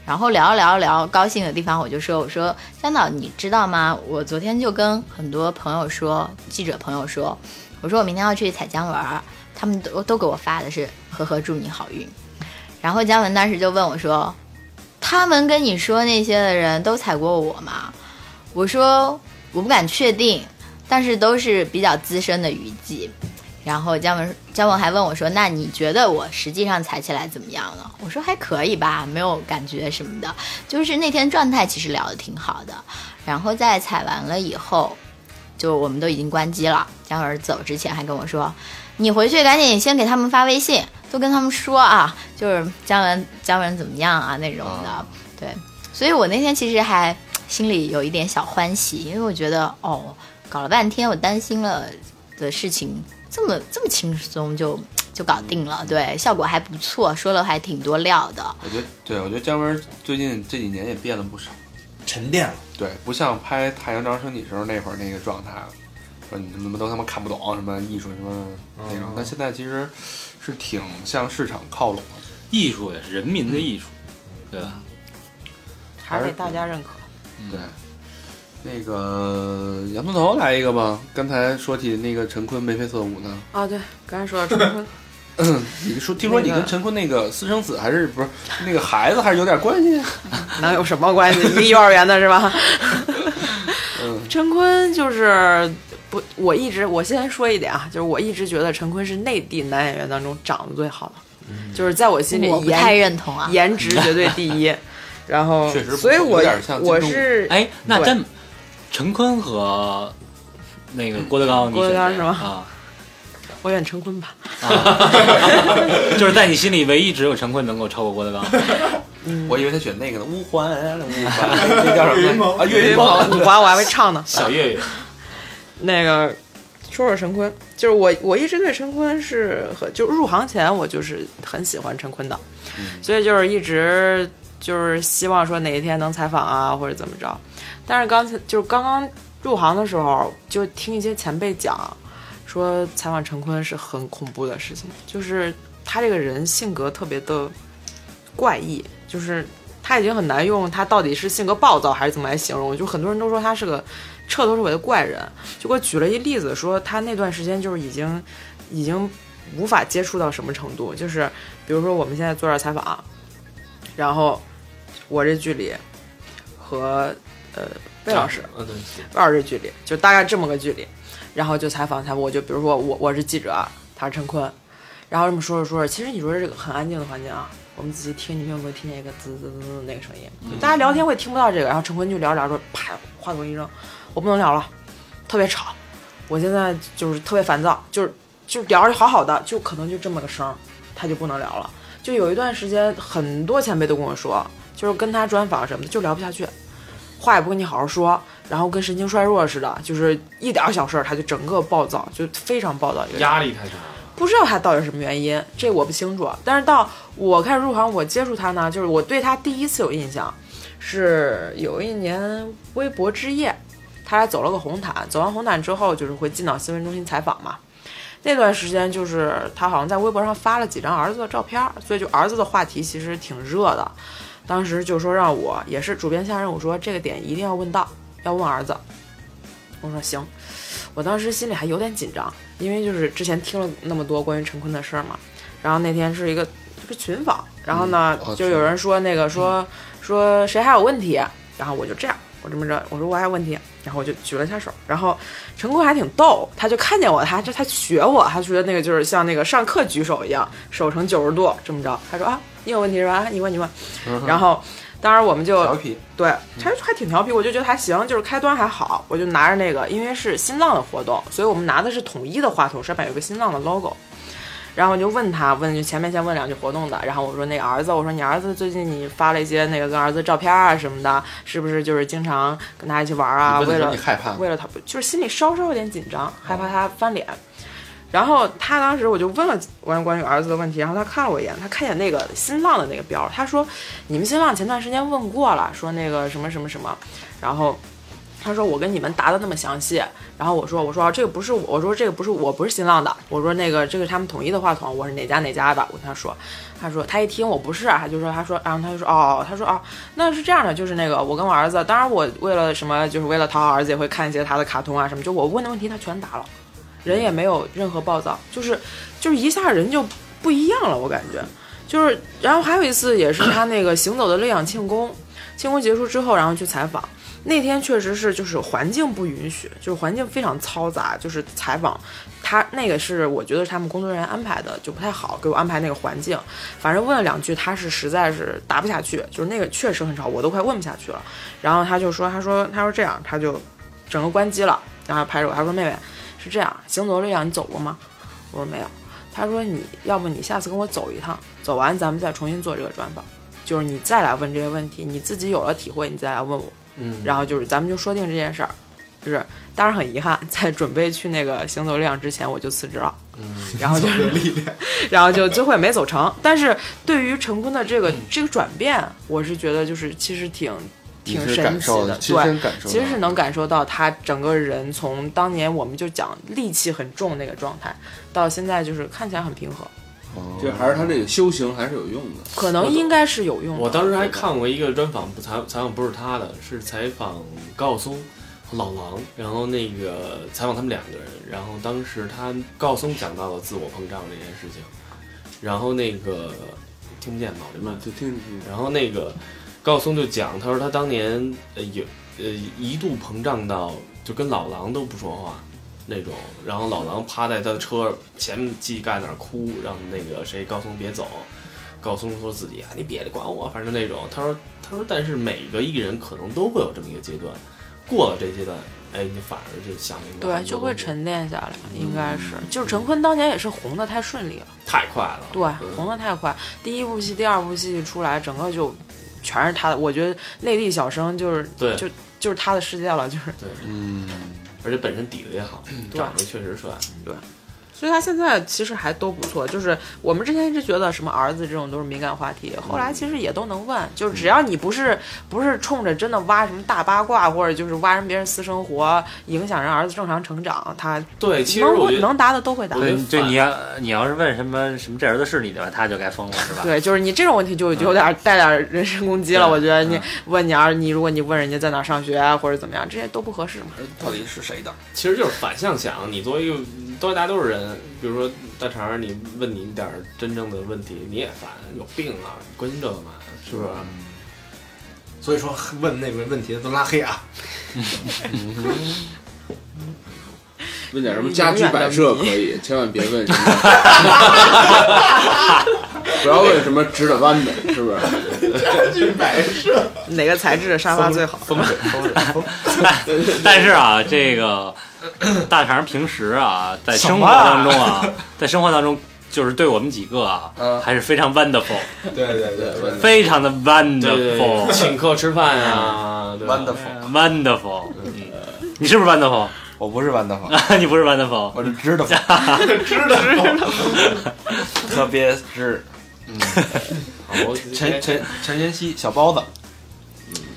然后聊聊聊高兴的地方，我就说我说香导，你知道吗？我昨天就跟很多朋友说，记者朋友说，我说我明天要去采姜文儿，他们都都给我发的是呵呵祝你好运。然后姜文当时就问我说，他们跟你说那些的人都踩过我吗？我说我不敢确定，但是都是比较资深的娱记。然后姜文姜文还问我说：“那你觉得我实际上踩起来怎么样呢？”我说：“还可以吧，没有感觉什么的。”就是那天状态其实聊得挺好的。然后在踩完了以后，就我们都已经关机了。姜文走之前还跟我说：“你回去赶紧先给他们发微信，都跟他们说啊，就是姜文姜文怎么样啊那种的。
啊
对，所以我那天其实还心里有一点小欢喜，因为我觉得哦，搞了半天我担心了的事情这么这么轻松就就搞定了，对，效果还不错，说了还挺多料的，
我觉得，对我觉得姜文最近这几年也变了不少，
沉淀了。
对，不像拍《太阳照身体》时候那会儿那个状态了，说你他妈都他妈看不懂什么艺术什么那种，但现在其实是挺向市场靠拢的，
艺术也是人民的艺术，对吧？
还是得大家认可。
对。那个洋葱头来一个吧。刚才说起那个陈坤眉飞色舞呢，
啊，对，刚才说到 [laughs] 陈坤，
你说听说你
那个
跟陈坤那个私生子还是不是那个孩子还是有点关系？啊
能有什么关系？一个幼儿园的是
[laughs]
吧？
嗯
陈坤就是不，我一直我先说一点啊，就是我一直觉得陈坤是内地男演员当中长得最好的，
嗯
就是在我心里
我不太
颜
认同啊。
颜值绝对第一。然后
确实不，
所以我
有点像
我
金钟
是
哎，那
对
真陈坤和那个郭德纲，你
嗯郭德纲
选谁
是吗
啊，
我选陈坤吧，
就是在你心里唯一只有陈坤能够超过郭德纲。
我以为他选那个呢，乌桓，乌桓，那叫什么啊？ [laughs] 岳云鹏，
[laughs] 我还我还会唱呢。
小岳岳，
[laughs] 那个说说陈坤，就是我我一直对陈坤是很就入行前我就是很喜欢陈坤的，
嗯
所以就是一直就是希望说哪一天能采访啊或者怎么着。但是刚才就是刚刚入行的时候，就听一些前辈讲，说采访陈坤是很恐怖的事情，就是他这个人性格特别的怪异，就是他已经很难用他到底是性格暴躁还是怎么来形容。就很多人都说他是个彻头彻尾的怪人，就给我举了一例子，说他那段时间就是已经已经无法接触到什么程度，就是比如说我们现在做这儿采访，然后我这距离和呃魏老师
嗯，对，
二这距离，就大概这么个距离，然后就采访采访，我就比如说我我是记者，他是陈坤，然后这么说着说着，其实你说这个很安静的环境啊，我们仔细听，你们有没有听见一个滋滋滋滋的那个声音？大家聊天会听不到这个，然后陈坤就聊着聊着，啪，话筒一扔，我不能聊了，特别吵，我现在就是特别烦躁，就是就聊着好好的，就可能就这么个声儿，他就不能聊了。就有一段时间，很多前辈都跟我说，就是跟他专访什么的，就聊不下去，话也不跟你好好说，然后跟神经衰弱似的，就是一点儿小事儿他就整个暴躁，就非常暴躁一个人。
压力太大了，
不知道他到底是什么原因，这我不清楚。但是到我开始入行，我接触他呢，就是我对他第一次有印象，是有一年微博之夜，他俩走了个红毯，走完红毯之后，就是会进到新闻中心采访嘛。那段时间就是他好像在微博上发了几张儿子的照片儿，所以就儿子的话题其实挺热的。当时就说让我也是主编下任务说这个点一定要问到，要问儿子。我说行，我当时心里还有点紧张，因为就是之前听了那么多关于陈坤的事儿嘛。然后那天是一个是群访，然后呢、
哦
就有人说那个说、说谁还有问题，然后我就这样，我这么着，我说我还有问题，然后我就举了一下手，然后陈坤还挺逗，他就看见我，他就他学我，他觉得那个就是像那个上课举手一样，手成九十度这么着。他说啊，你有问题是吧？你问你问。然后当时我们就
[laughs] 调皮，
对，他还挺调皮，我就觉得还行，就是开端还好，我就拿着那个，因为是新浪的活动，所以我们拿的是统一的话筒，上面有个新浪的 logo。然后我就问他，问就前面先问两句活动的，然后我说那个儿子，我说你儿子最近你发了一些那个跟儿子照片啊什么的，是不是就是经常跟他一起玩啊？
你
为
问的时候
了
你害怕吗？
为了他，就是心里稍稍有点紧张，害怕他翻脸。然后他当时我就问了关关于儿子的问题，然后他看了我一眼，他看见那个新浪的那个标，他说：“你们新浪前段时间问过了，说那个什么什么什么。”然后他说：“我跟你们答的那么详细。”然后我说：“我说、啊、这个不是我，我说这个不是我，不是新浪的，我说那个这个是他们统一的话筒，我是哪家哪家的。”我跟他说，他说他一听我不是，啊他就说他说，然后他就说哦，他说哦，那是这样的，就是那个我跟我儿子，当然我为了什么，就是为了讨好儿子，也会看一些他的卡通啊什么，就我问的问题他全答了，人也没有任何暴躁，就是就是一下人就不一样了，我感觉就是，然后还有一次也是他那个行走的乐养庆功，庆功结束之后，然后去采访。那天确实是，就是环境不允许，就是环境非常嘈杂，就是采访，他那个是我觉得是他们工作人员安排的，就不太好，给我安排那个环境。反正问了两句，他是实在是答不下去，就是那个确实很吵，我都快问不下去了。然后他就说，他说他说这样，他就整个关机了，然后拍着我，他说妹妹是这样，行走这样你走过吗？我说没有。他说你要不你下次跟我走一趟，走完咱们再重新做这个专访，就是你再来问这些问题，你自己有了体会，你再来问我。
嗯，
然后就是咱们就说定这件事儿，就是当然很遗憾，在准备去那个行走力量之前我就辞职了，然后就是力量，然后就最后也没走成。但是对于陈坤的这个这个转变，我是觉得就是其实挺挺
你是
神
感
奇
受
的，
亲身
对。
感受到，
其实是能感受到他整个人从当年我们就讲戾气很重那个状态，到现在就是看起来很平和，
哦，
就还是他这个修行还是有用的。
可能应该是有用的。
我当时还看过一个专访，不采采访不是他的，是采访高晓松和老狼，然后那个采访他们两个人，然后当时他高晓松讲到了自我膨胀这件事情，然后那个听不见脑袋
那
慢，
就听你
然后那个高晓松就讲，他说他当年呃有呃一度膨胀到就跟老狼都不说话那种，然后老狼趴在他的车前面膝盖那儿哭，让那个谁高松别走。高松说自己啊，你别管我，反正那种。他说，他说，但是每个艺人可能都会有这么一个阶段，过了这阶段，哎，你反而就想明白
对，
很多
就会
东西
沉淀下来，应该是。就是陈坤当年也是红的太顺利了。
太快了，
对
嗯，
红的太快。第一部戏、第二部戏出来，整个就全是他的。我觉得内地小生就是
对
就就是他的世界了，就是。
嗯，
而且本身底子也好，
对
长得确实帅，
所以他现在其实还都不错。就是我们之前一直觉得什么儿子这种都是敏感话题，后来其实也都能问，就是只要你不是不是冲着真的挖什么大八卦，或者就是挖人别人私生活，影响人儿子正常成长，他
对，其实
能
我觉
问
得
能答的都会答
我。觉得
对，对，
反
你要你要是问什么什么这儿子是你的吧，他就该疯了，是 [laughs] 吧？
对，就是你这种问题就有点儿带点儿人身攻击了。
对
我觉得你
嗯
问你儿，你如果你问人家在哪儿上学啊，或者怎么样，这些都不合适嘛。
呃到底是谁的？
其实就是反向想，你作为一个，都大家都是人，比如说大肠儿，你问你点儿真正的问题，你也烦，有病啊，关心这个嘛，是不是？
所以说问那个问题的都拉黑啊。
问点什么家居摆设可以，千万别问什
[laughs]
么，不要问什么直的弯的，是不是？
哪个材质的沙发最好？
[laughs]
风水，风水，
但是啊，这个大肠平时啊，在生活当中啊，在生活当中就是对我们几个啊，
嗯
还是非常 wonderful，
对对对对
非常的
对对对，[laughs]
wonderful，wonderful。
请客吃饭啊，对吧
Wonderful
嗯你是不是 wonderful？
我不是豌豆黄，
[laughs] 你不是 wonderful，
我是知道，知道，特别是
好啊我
陈陈陈妍希小包子，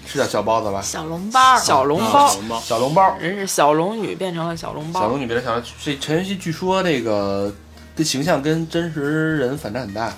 是叫小包子吧？
小笼包儿，
小笼包，
小笼包，
人是小龙女变成了小笼
小
包
龙，女变成小龙，这陈妍希据说这个这形象跟真实人反差很大。啊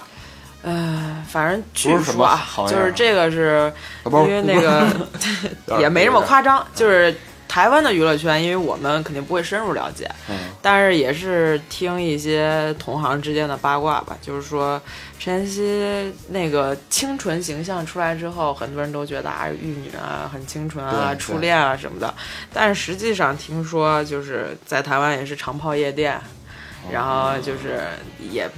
呃，反正
不
据
是什
说
么
啊
好，玩意
就
儿啊
是这个是
小包
因为那个 [laughs] 也没这么，夸张，就是台湾的娱乐圈，因为我们肯定不会深入了解，
嗯
但是也是听一些同行之间的八卦吧，就是说陈妍希那个清纯形象出来之后，很多人都觉得啊玉女啊很清纯啊
对
初恋啊什么的，但是实际上听说就是在台湾也是长泡夜店，
哦
然后就是也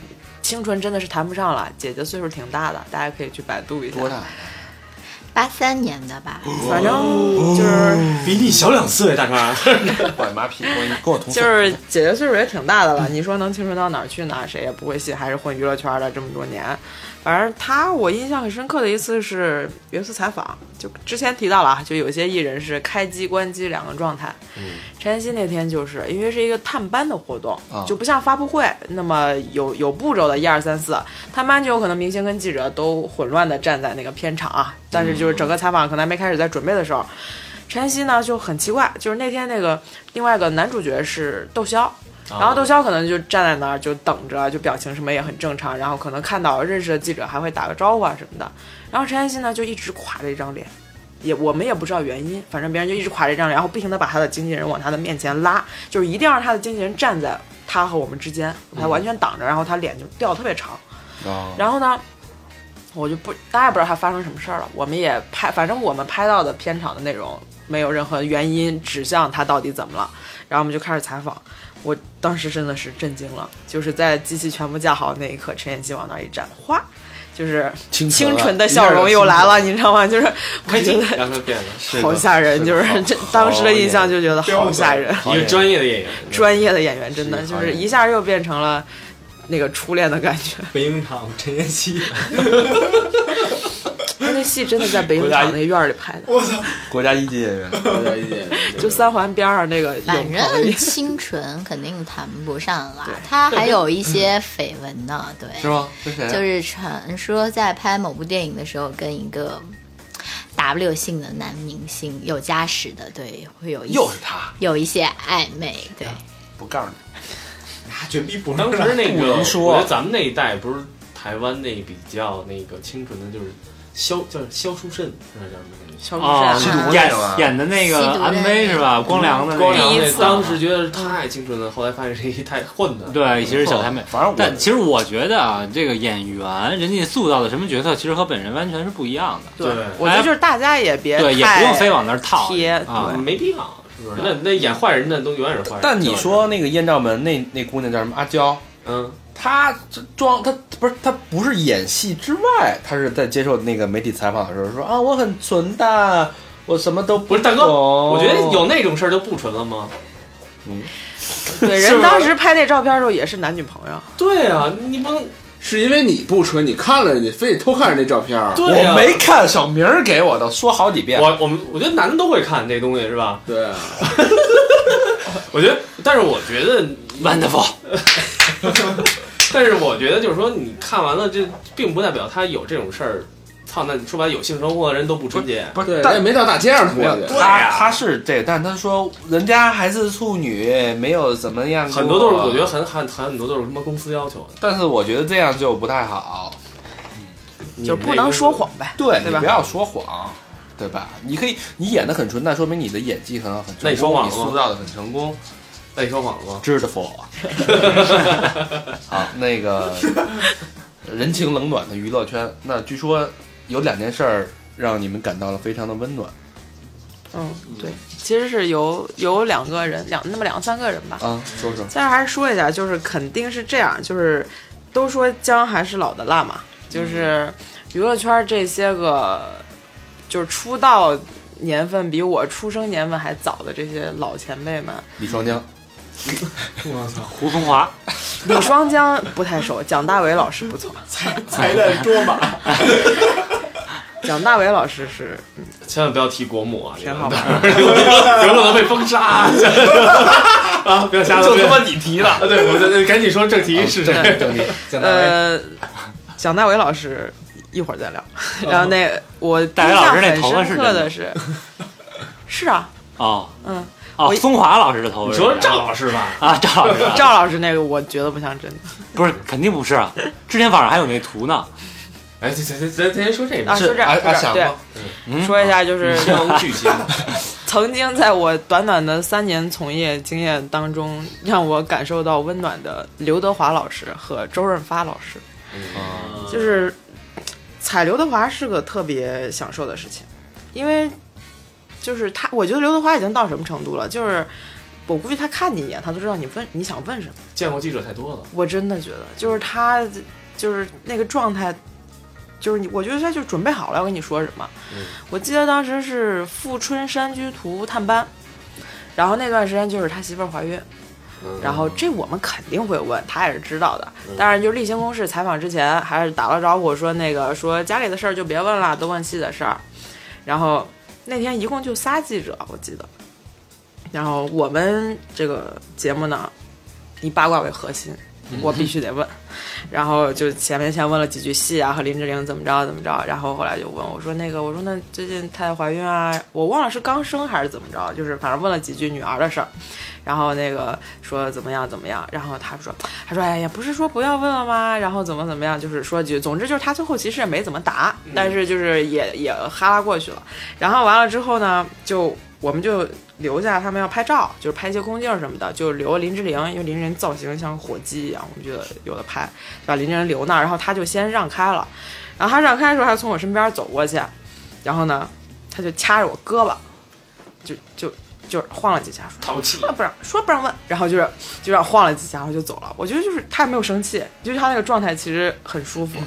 清纯真的是谈不上了，姐姐岁数挺大的，大家可以去百度一下。
多大？
八三年的吧，
反正就是
比你小两岁，大川。
[laughs] 我妈屁，我跟我同
就是姐姐岁数也挺大的了，你说能青春到哪儿去呢？谁也不会信，还是混娱乐圈的这么多年。反正她，我印象很深刻的一次是有一次采访，就之前提到了啊，就有些艺人是开机关机两个状态。
嗯
陈妍希那天就是因为是一个探班的活动，
啊
就不像发布会那么有有步骤的一二三四，探班就有可能明星跟记者都混乱的站在那个片场啊，但是就是
嗯
整个采访可能还没开始，在准备的时候，陈妍希呢就很奇怪，就是那天那个另外一个男主角是窦骁，
啊
然后窦骁可能就站在那儿就等着，就表情什么也很正常，然后可能看到认识的记者还会打个招呼啊什么的。然后陈妍希呢就一直垮着一张脸，也我们也不知道原因，反正别人就一直垮着一张脸，然后不停的把他的经纪人往他的面前拉，就是一定要让他的经纪人站在他和我们之间，把他完全挡着，然后他脸就掉得特别长。
啊，
然后呢，我就不，大家也不知道他发生什么事儿了。我们也拍，反正我们拍到的片场的内容没有任何原因指向他到底怎么了。然后我们就开始采访，我当时真的是震惊了，就是在机器全部架好的那一刻，陈妍希往那儿一站，哗，就是
清纯
清
了
纯的笑容又来了，你知道吗？ [laughs] 就是我觉得
让他变得
好吓人，就是这当时的印象就觉得好吓人。
一个专业的演员，
专业的演员真的
是
就
好
是
演
一下又变成了那个初恋的感觉。
北影厂陈妍希，
他那戏真的在北影厂那院儿里拍的，
国家一级演员，
大家一见 [laughs]
就三环边儿上那个
反
影棚
正
里。
清纯肯定谈不上啦
对，
他还有一些绯闻呢，对，
是吗？是谁啊？
就是传说在拍某部电影的时候，跟一个 W 姓的男明星有家室的，对，会有一
又是他，
有一些暧昧，对，
不告诉你，
那绝逼不
当
能
时
啊
[laughs] 那
不
个，
能说
我觉得咱们那一代不是台湾那比较那个清纯的，就是萧叫萧淑慎，是叫什么感觉？
小
啊
女
吸毒
生，
的
演
那个
演的那个
吸毒的
MV 是吧？光良的那
光
个，
良
第一
那
次
当时觉得太清纯了，后来发现是一太混的。
对，其实小太妹。
反正我
但其实我觉得啊，这个演员人家塑造的什么角色，其实和本人完全是不一样的。
对
我觉得就是大家也别
对，也
太
不用非往那儿套
贴
啊。
没必要，是不是？那那演坏人的都永远是坏人。
但你说那个艳照门那那姑娘叫什么？阿娇，
嗯，
她这装她不是她不是演戏之外，她是在接受那个媒体采访的时候说啊，我很纯的，我什么都不
不是大哥
懂
我觉得有那种事儿就不纯了吗？
对
是
人
吧
当时拍那照片的时候也是男女朋友，
对啊，你不能
是因为你不纯，你看了人家，非得偷看人家照片儿。
对
我
啊
没看小明儿给我的，说好几遍。
我我们我觉得男的都会看这东西是吧？
对啊，
我觉得，但是我觉得
Wonderful，
[laughs] 但是我觉得就是说，你看完了，这并不代表他有这种事儿。操，那你说白了，有性生活的人都不纯洁。啊
不
对，
是，
咱
但
也没到大街上脱去。啊
他他是这，但他说人家还是处女，没有怎么样过。
很多都是我觉得很很很多都是他妈公司要求的，
但是我觉得这样就不太好。
你
就是不能说谎呗。
对
对
你
吧
不要说谎，对吧？你可以，你演的很纯，那说明你的演技很好，很成功
那你说谎
你
了吗
塑造的很成功
那个。那你说谎了吗？
[laughs]
，beautiful。好，那个人情冷暖的娱乐圈，那据说有两件事儿让你们感到了非常的温暖
嗯，对，其实是有有两个人，两那么两三个人吧。
啊，说说。
但是还是说一下，就是肯定是这样，就是都说姜还是老的辣嘛，就是娱乐圈这些个就是出道年份比我出生年份还早的这些老前辈们，
李双江，
我操，
胡风华，
李双江不太熟，蒋大为老师不错，
踩在桌马，
蒋大为老师
[laughs]
是
千万不要提国母啊，
挺好
的，
玩
[laughs] 有可能被封杀 [laughs] 啊！啊，不要瞎说，就他妈你提了啊！对，我这赶紧说正题是谁？
简单为
呃，蒋大为老师一会儿再聊。 [laughs] 然后那我印
哦 [laughs] 大为老
象
师那
很
头发是
深刻的
真的 [laughs]
是，是啊，
哦
嗯，
哦
我，
风华老师的头发
你
是
说
这
赵
样的，
老师吧？
啊，赵老师啊，
赵老师那个我觉得不像真的
不是，肯定不是啊。之前网上还有那图呢，
哎，咱咱咱咱先说这
啊，
个，
说这样，
阿
说这
阿
样
翔
对
吗，
嗯
说一下就是
能剧情，
[laughs] 曾经在我短短的三年从业经验当中，让我感受到温暖的刘德华老师和周润发老师，就是踩刘德华是个特别享受的事情，因为就是他，我觉得刘德华已经到什么程度了，就是。我估计他看你一眼，他都知道你问你想问什么。
见过记者太多了。
我真的觉得，就是他，就是那个状态，就是你，我觉得他就准备好了要跟你说什么。我记得当时是《富春山居图》探班，然后那段时间就是他媳妇儿怀孕，然后这我们肯定会问，他也是知道的。当然，就例行公事，采访之前还是打了招呼说那个说家里的事儿就别问了，都问戏的事儿。然后那天一共就仨记者，我记得。然后我们这个节目呢，以八卦为核心，我必须得问。然后就前面先问了几句戏啊，和林志玲怎么着怎么着，然后后来就问我说那个我说那最近太太怀孕啊，我忘了是刚生还是怎么着，就是反正嗯问了几句女儿的事儿，然后那个说怎么样怎么样，然后他说他说哎呀不是说不要问了吗？然后怎么怎么样，就是说几句，总之就是他最后其实也没怎么答，但是就是也也哈拉过去了。然后完了之后呢，就我们就留下他们要拍照，就是拍一些空镜什么的，就留林志玲，因为林志玲造型像火鸡一样，我们觉得有的拍，就把林志玲留那儿，然后他就先让开了，然后他让开的时候，他从我身边走过去，然后呢，他就掐着我胳膊，就就就晃了几下，说
淘气
说不让说不让问，然后就是就让晃了几下，然后就走了。我觉得就是他也没有生气，就是他那个状态其实很舒服。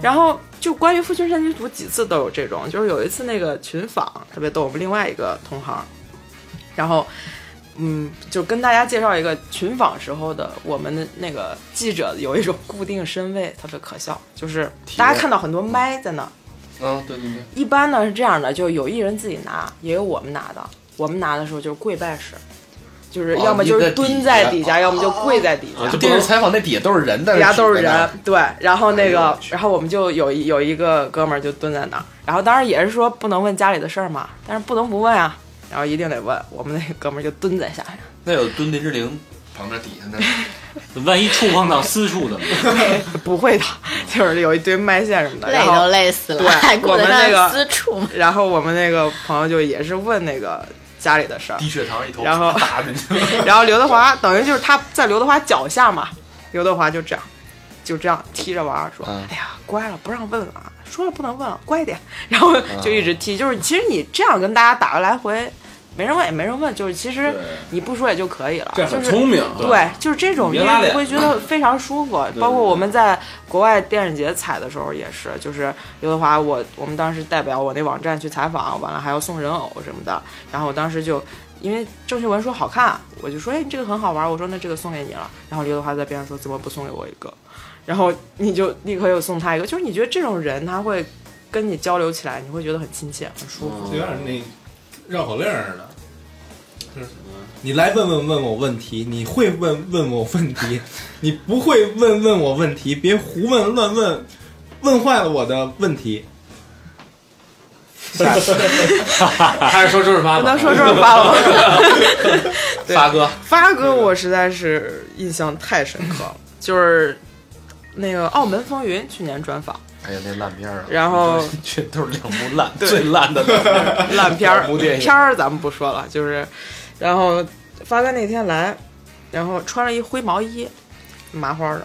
然后就关于《富春山居图》几次都有这种，就是有一次那个群访特别逗，我们另外一个同行，然后嗯，就跟大家介绍一个群访时候的我们的那个记者有一种固定身位，特别可笑，就是大家看到很多麦在那儿。
嗯，对对对，
一般呢是这样的，就有艺人自己拿，也有我们拿的。我们拿的时候就是跪拜式，就是
哦
要么就
你在
是
底
蹲
下
在底下，
哦
要么就跪在底下。
啊电视采访那底下都是人，但
底
是
下都是
举着
人
呢，
对，然后那个，然后我们就有一有一个哥们儿就蹲在那儿，然后当然也是说不能问家里的事儿嘛，但是不能不问啊，然后一定得问，我们那个哥们儿就蹲在下面，
那有蹲林志玲旁边底下那，
万一触碰到私处怎么办？
不会的， [laughs] 就是有一堆麦线什么的，
累
然
都
后
累死了，
对
[laughs] 还顾
我
得
们那
上
个
私处吗？
然后我们那个朋友就也是问那个家里的事儿，
低血糖一头
然后
打进去，
[laughs] 然后刘德华等于就是他在刘德华脚下嘛，刘德华就这样，就这样踢着玩儿说：“
嗯
哎呀，乖了，不让问了啊，说了不能问了，乖一点。”然后就一直踢，就是其实你这样跟大家打个来回，没人问也没人问，就是其实你不说也就可以了，
这
就
很
是
聪明，啊
对，就是这种，
别
你
拉
也
脸
会觉得非常舒服。包括我们在国外电影节采的时候也是，就是刘德华我，我们当时代表我那网站去采访，完了还要送人偶什么的。然后我当时就因为郑秀文说好看，我就说哎你这个很好玩，我说那这个送给你了。然后刘德华在边上说怎么不送给我一个？然后你就立刻又送他一个，就是你觉得这种人他会跟你交流起来，你会觉得很亲切、很舒服。
就有点那绕口令似的。你来问问问我问题，你会问问我问题，你不会问问我问题，别胡问乱问，问坏了我的问题。
还是说周润发
不
吧
能。说这种
[laughs]
话了吗？
发哥
发哥，我实在是印象太深刻了，就是那个《澳门风云》去年专访
哎呀，那烂片儿啊！
然后
这都是两部烂最烂的两部烂
烂片
片儿
儿
两部电，影
片儿咱们不说了，就是，然后发哥那天来，然后穿了一灰毛衣，麻花的，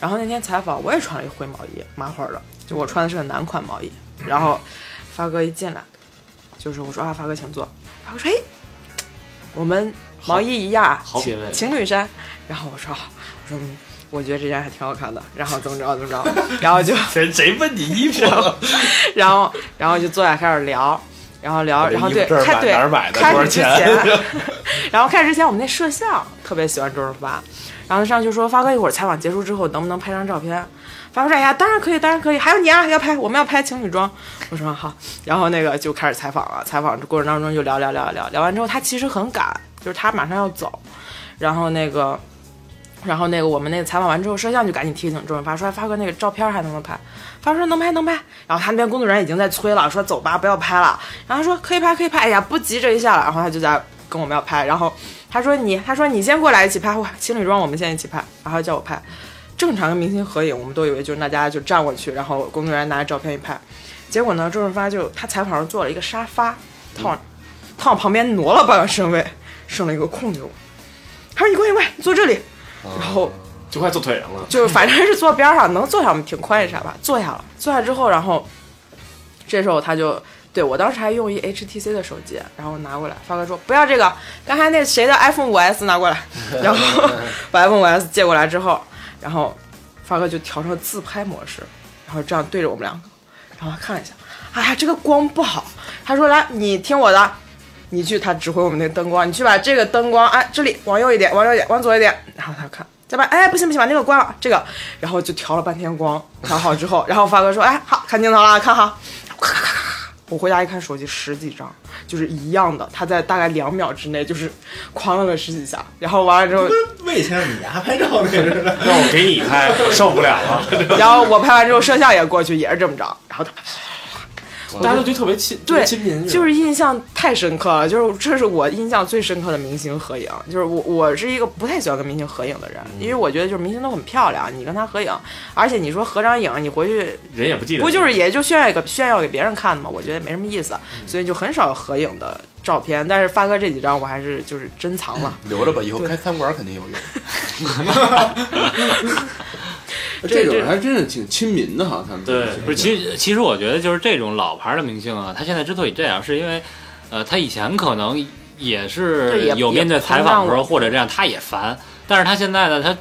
然后那天采访我也穿了一灰毛衣，麻花的，就我穿的是个男款毛衣，然后发哥一进来，就是我说啊，发哥请坐，发哥说哎，我们毛衣一样啊，
好品味
情侣衫。然后我说，我说，嗯我觉得这件还挺好看的。然后怎么着怎么着，然后就
[laughs] 谁谁问你衣服了？
然后然后就坐下开始聊，然后聊，然后对
这儿买
开对
哪儿买的
开
多少
始之
钱
前， [laughs] 然后开始之前我们那摄像特别喜欢周润发，然后上去说发哥一会儿采访结束之后能不能拍张照片？发哥说哎呀当然可以当然可以，还有你啊要拍我们要拍情侣装，我说好，然后那个就开始采访了，采访过程当中就聊聊聊聊聊完之后他其实很赶，就是他马上要走，然后那个。然后那个我们那个采访完之后，摄像就赶紧提醒周润发说：“发哥，那个照片还能不能拍？”发哥说：“能拍，能拍。”然后他那边工作人员已经在催了，说：“走吧，不要拍了。”然后他说：“可以拍，可以拍。”哎呀，不急这一下了。然后他就在跟我们要拍，然后他说：“你，他说你先过来一起拍，哇，情侣装我们先一起拍。”然后他叫我拍，正常跟明星合影，我们都以为就是大家就站过去，然后工作人员拿着照片一拍。结果呢，周润发就他采访上坐了一个沙发，他往、他往旁边挪了半个身位，剩了一个空给我。他说：“你过来，你过来，你坐这里。”然后
啊就快坐腿上了，
就是反正是坐边上，能坐下我们挺宽一下吧，坐下了，坐下之后，然后这时候他就对我当时还用一 HTC 的手机，然后拿过来，发哥说不要这个，刚才那谁的 iPhone 五 S 拿过来，然后把 iPhone 五 S 借过来之后，然后发哥就调成了自拍模式，然后这样对着我们两个，然后看一下，哎呀，这个光不好。他说来，你听我的，你去，他指挥我们那个灯光，你去把这个灯光，哎，这里往右一点，往右一点，往左一点，然后他看。再把哎不行不行，把那个关了，这个，然后就调了半天光，调好之后，然后发哥说哎好看镜头了，看好，咔咔咔咔咔，我回家一看手机十几张，就是一样的，他在大概两秒之内就是狂摁了十几下，然后完了之后，
魏先生，你丫拍照那是的，
让我给你 [laughs] 拍，我受不了了。
[laughs] 然后我拍完之后摄像也过去也是这么着，然后他
大家都觉得特别亲，特别
对
亲民，
就是印象太深刻了，就是这是我印象最深刻的明星合影。就是我我是一个不太喜欢跟明星合影的人，
嗯
因为我觉得就是明星都很漂亮，你跟他合影，而且你说合张影，你回去
人也嗯不记得，
不就是也就炫耀给炫耀给别人看的嘛？我觉得没什么意思，所以就很少有合影的照片。但是发哥这几张我还是就是珍藏了。
嗯
留着吧，以后开餐馆肯定有用。
这种人还真是挺亲民的哈，他们
对
不是，其实其实我觉得就是这种老牌的明星啊，他现在之所以这样，是因为，呃，他以前可能也
对
是
也
有面对
也
采
膨
访
胀
的时候
了
或者这样，他也烦，但是他现在呢，他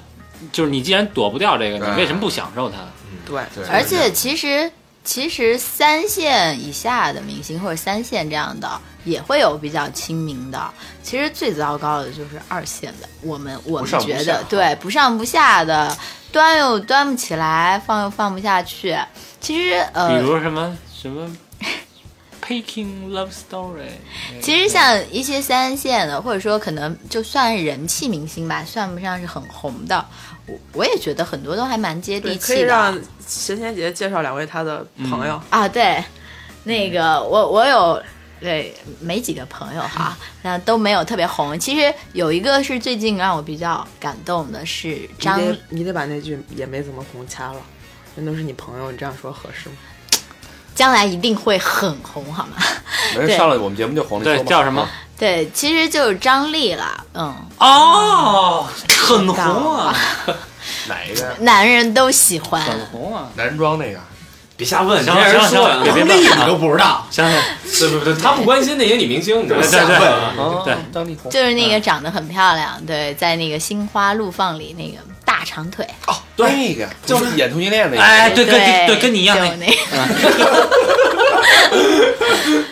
就是你既然躲不掉这个，
哎
你为什么不享受它？
对，
对，
而且其实其实三线以下的明星或者三线这样的也会有比较亲民的。其实最糟糕的就是二线的，我们
不
我们
上不
觉
下
得对不上不下的，端又端不起来，放又放不下去。其实呃，
比如什么什么 Peking Love Story，
其实像一些三线的，或者说可能就算人气明星吧，算不上是很红的。我我也觉得很多都还蛮接
对，
地
可
气
以
的
让神仙姐介绍两位她的朋
嗯
友。
啊。对，那个我我有对没几个朋友
[laughs]
哈，那都没有特别红。其实有一个是最近让我比较感动的是张
你得你得把那句也没怎么红掐了，人都是你朋友，你这样说合适吗？
将来一定会很红，好吗？ [laughs]
没事，
对
上来我们节目就红了。
对
你说吧
叫什么？
对，其实就是张丽啦，嗯，
哦，很红啊，
哪一个呀？
男人都喜欢。
很红啊，
男装那个？
别瞎问，
行
别
了
人
行
说啊
了
啊
呀 [laughs]
别别
丽 [laughs] 你都不知道，
想想
对不对？他不关心那些女明星，你知道 [laughs]
对
吗？
对对。
哦
对，
张力红。
就是那
嗯
个长得很漂亮，对，在那个《心花怒放》里那个大长腿，
哦，那个就是演同性恋那个。
哎，对，跟
对
对对，跟你一样，
就那个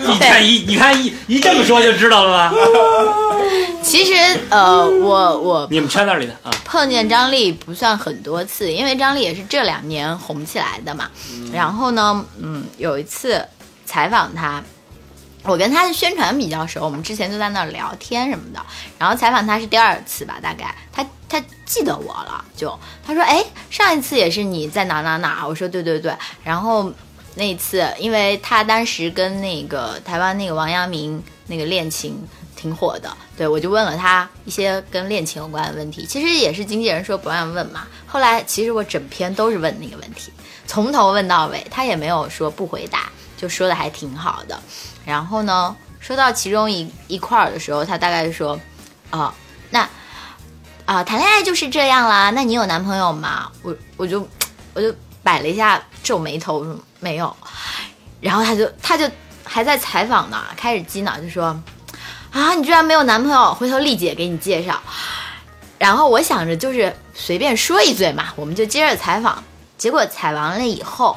你看一你看一一这么说就知道了吧？
其实呃，我我
你们圈那里的啊，
碰见张丽不算很多次，因为张丽也是这两年红起来的嘛。然后呢，嗯，有一次采访她，我跟她的宣传比较熟，我们之前就在那儿聊天什么的。然后采访她是第二次吧，大概她她记得我了，就她说，哎，上一次也是你在哪哪哪，我说对对对。然后那一次，因为她当时跟那个台湾那个王阳明那个恋情。挺火的，对我就问了他一些跟恋情有关的问题，其实也是经纪人说不让问嘛。后来其实我整篇都是问那个问题，从头问到尾，他也没有说不回答，就说的还挺好的。然后呢，说到其中一一块儿的时候，他大概就说，哦，那啊、谈恋爱就是这样啦。那你有男朋友吗？我我就我就摆了一下皱眉头，我说没有。然后他就他就还在采访呢，开始激恼，就说。啊，你居然没有男朋友，回头丽姐给你介绍。然后我想着就是随便说一嘴嘛，我们就接着采访。结果采完了以后，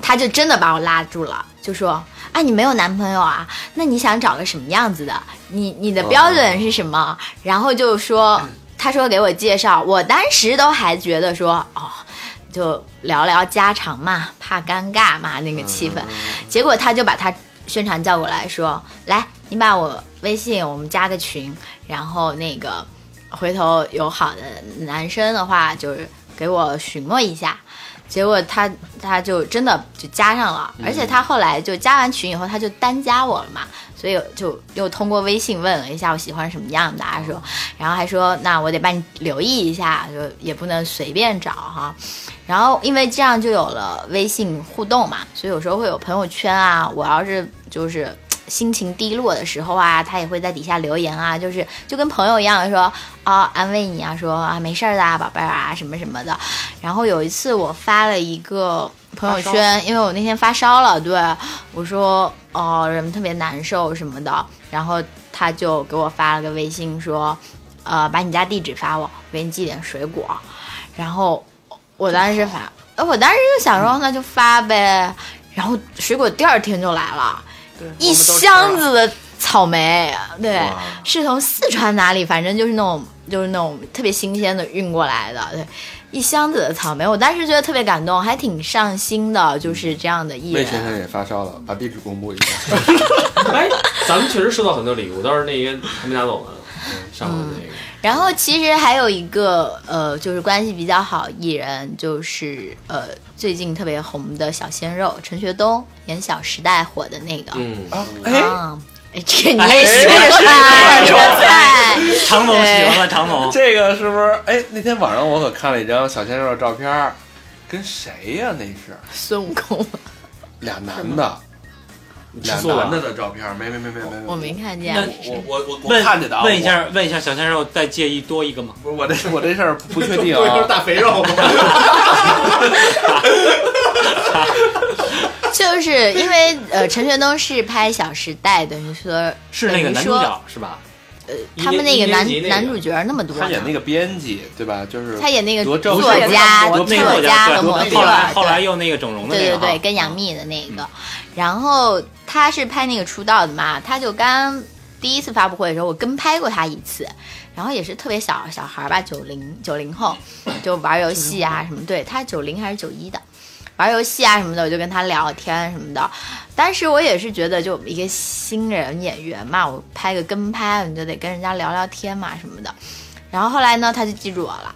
他就真的把我拉住了，就说：“啊，你没有男朋友啊？那你想找个什么样子的？你你的标准是什么？”然后就说，他说给我介绍，我当时都还觉得说，哦，就聊聊家常嘛，怕尴尬嘛那个气氛。结果他就把他宣传叫过来说：“来，你把我微信，我们加个群，然后那个回头有好的男生的话，就是给我询问一下。”结果他他就真的就加上了，而且他后来就加完群以后，他就单加我了嘛，所以就又通过微信问了一下我喜欢什么样的啊，说，然后还说那我得帮你留意一下，就也不能随便找哈。然后因为这样就有了微信互动嘛，所以有时候会有朋友圈啊，我要是就是嘖心情低落的时候啊，他也会在底下留言啊，就是就跟朋友一样说啊安慰你啊，说啊没事儿的啊，宝贝儿啊什么什么的。然后有一次我发了一个朋友圈，因为我那天发烧了，对我说哦、人特别难受什么的，然后他就给我发了个微信说，呃把你家地址发我，我给你寄点水果。然后我当时发，呃我当时就想说那就发呗，然后水果第二天就来了，
对，
一
我们都吃
箱
了
子的草莓，对
哇，
是从四川哪里，反正就是那种就是那种特别新鲜的运过来的，对，一箱子的草莓，我当时觉得特别感动，还挺上心的，就是这样的艺
魏先
人。
生也发烧了，把地址公布一下。
哎，咱们确实收到很多礼物，倒是那个还没拿走呢。嗯上回那个，
然后其实还有一个呃，就是关系比较好艺人，就是呃最近特别红的小鲜肉陈学冬，演《小时代》火的那个，
嗯，
啊，哎，这个你
哎
也喜欢，
哎
你的菜，
唐某喜欢了，唐 [laughs] 某，
这个是不是？哎，那天晚上我可看了一张小鲜肉的照片儿，跟谁呀、那是
孙悟空，
俩男的，
你吃
俩
素
男
了？
的的照片儿，没没没没没没，
我没看见。
我我我我
问
看见的啊，
问一下，问一下小鲜肉再介意多一个吗？
我，不是我这我这事儿不确定
多一 [laughs]
啊。
大肥
[laughs]
肉，
就是因为呃，陈学冬是拍《小时代》，等于说
是那个男主角是吧？
呃，
一
他们
年
那
一
男
年级那个
男主角那么多呢，
他演那个编辑对吧？就是
他演那个
罗
作
振
家
不是演
那
的
个
作家和模
对
特，
后来后来
对
又那个整容的
对
那个
对
哈，嗯
对，跟杨幂的那个，然后他是拍那个出道的嘛，他就刚第一次发布会的时候，我跟拍过他一次，然后也是特别小小孩儿吧，九零九零后，就玩游戏啊什么，对他九零还是九一的，玩游戏啊什么的，我就跟他聊天啊什么的。当时我也是觉得，就一个新人演员嘛，我拍个跟拍，你就得跟人家聊聊天嘛什么的。然后后来呢，他就记住我了，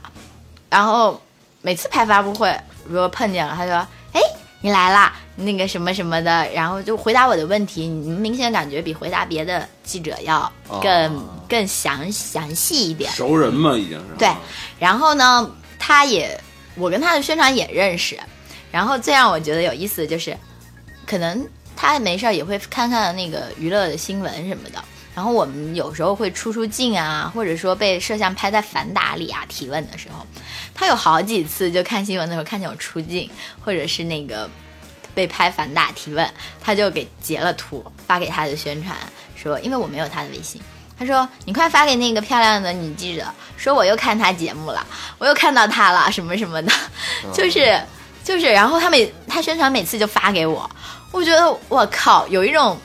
然后每次拍发布会，如果碰见了，他就说：“哎，你来啦，那个什么什么的。”然后就回答我的问题，你明显感觉比回答别的记者要更、更详详细一点。
熟人嘛，已经是
对然后呢，他也我跟他的宣传也认识，然后最让我觉得有意思的就是，可能他没事儿也会看看那个娱乐的新闻什么的。然后我们有时候会出出镜啊，或者说被摄像拍在反打里啊提问的时候，他有好几次就看新闻的时候看见我出镜，或者是那个被拍反打提问，他就给截了图发给他的宣传，说因为我没有他的微信，他说你快发给那个漂亮的女记者，说我又看他节目了，我又看到他了什么什么的，
嗯
就是就是，然后他每他宣传每次就发给我，我觉得我靠，有一种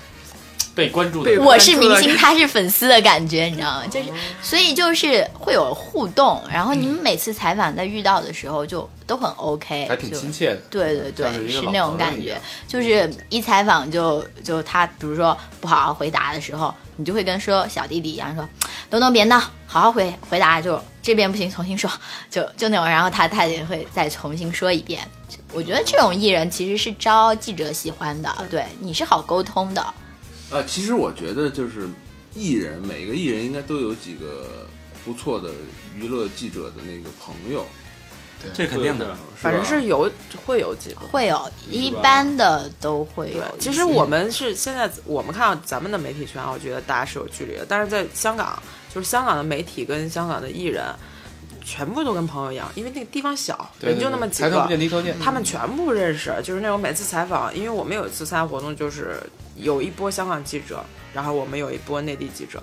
被关注的
被
人，
我是明星，他是粉丝的感觉，你知道吗？
嗯
就是，所以就是会有互动，然后你们每次采访在遇到的时候就都很 OK，
还挺
就
亲切的，
对对对
像，是一个
是
老
那种
朋友
感
一
觉
样，
就是一采访就就他，比如说不好好回答的时候，你就会跟说小弟弟一样说，东东别闹，好好回回答，就这边不行重新说，就就那种，然后他他也会再重新说一遍。我觉得这种艺人其实是招记者喜欢的，对，你是好沟通的，
呃，其实我觉得就是艺人，每个艺人应该都有几个不错的娱乐记者的那个朋友，
这肯定的。
是吧
反正是有会有几个。
会有一般的都会有
对，
一些。
其实我们是现在我们看到咱们的媒体圈啊，我觉得大家是有距离的，但是在香港，就是香港的媒体跟香港的艺人，全部都跟朋友一样，因为那个地方小，
对
人就那么几
抬头不见
个，
低头见。
他们全部认识，就是那种每次采访，因为我们有一次参加活动，就是有一波香港记者，然后我们有一波内地记者。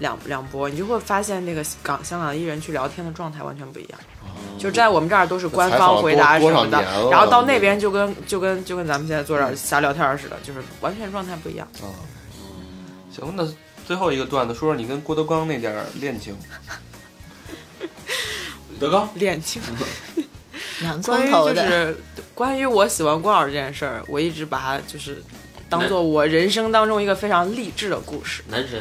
两两波，你就会发现那个港香港的艺人去聊天的状态完全不一样，就在我们这儿都是官
哦采访
方
了
回答什
多
么的
多少
哦
年，了
然后到那边就跟就跟就跟咱们现在坐这
嗯
儿瞎聊天儿似的，就是完全状态不一样。
啊，行，那最后一个段子，说说你跟郭德纲那点儿恋情。德纲，
恋情，
洋
关
葱
于
哦嗯头
就
的，
是关于我喜欢关老师这件事儿，我一直把它就是当做我人生当中一个非常励志的故事。
男神，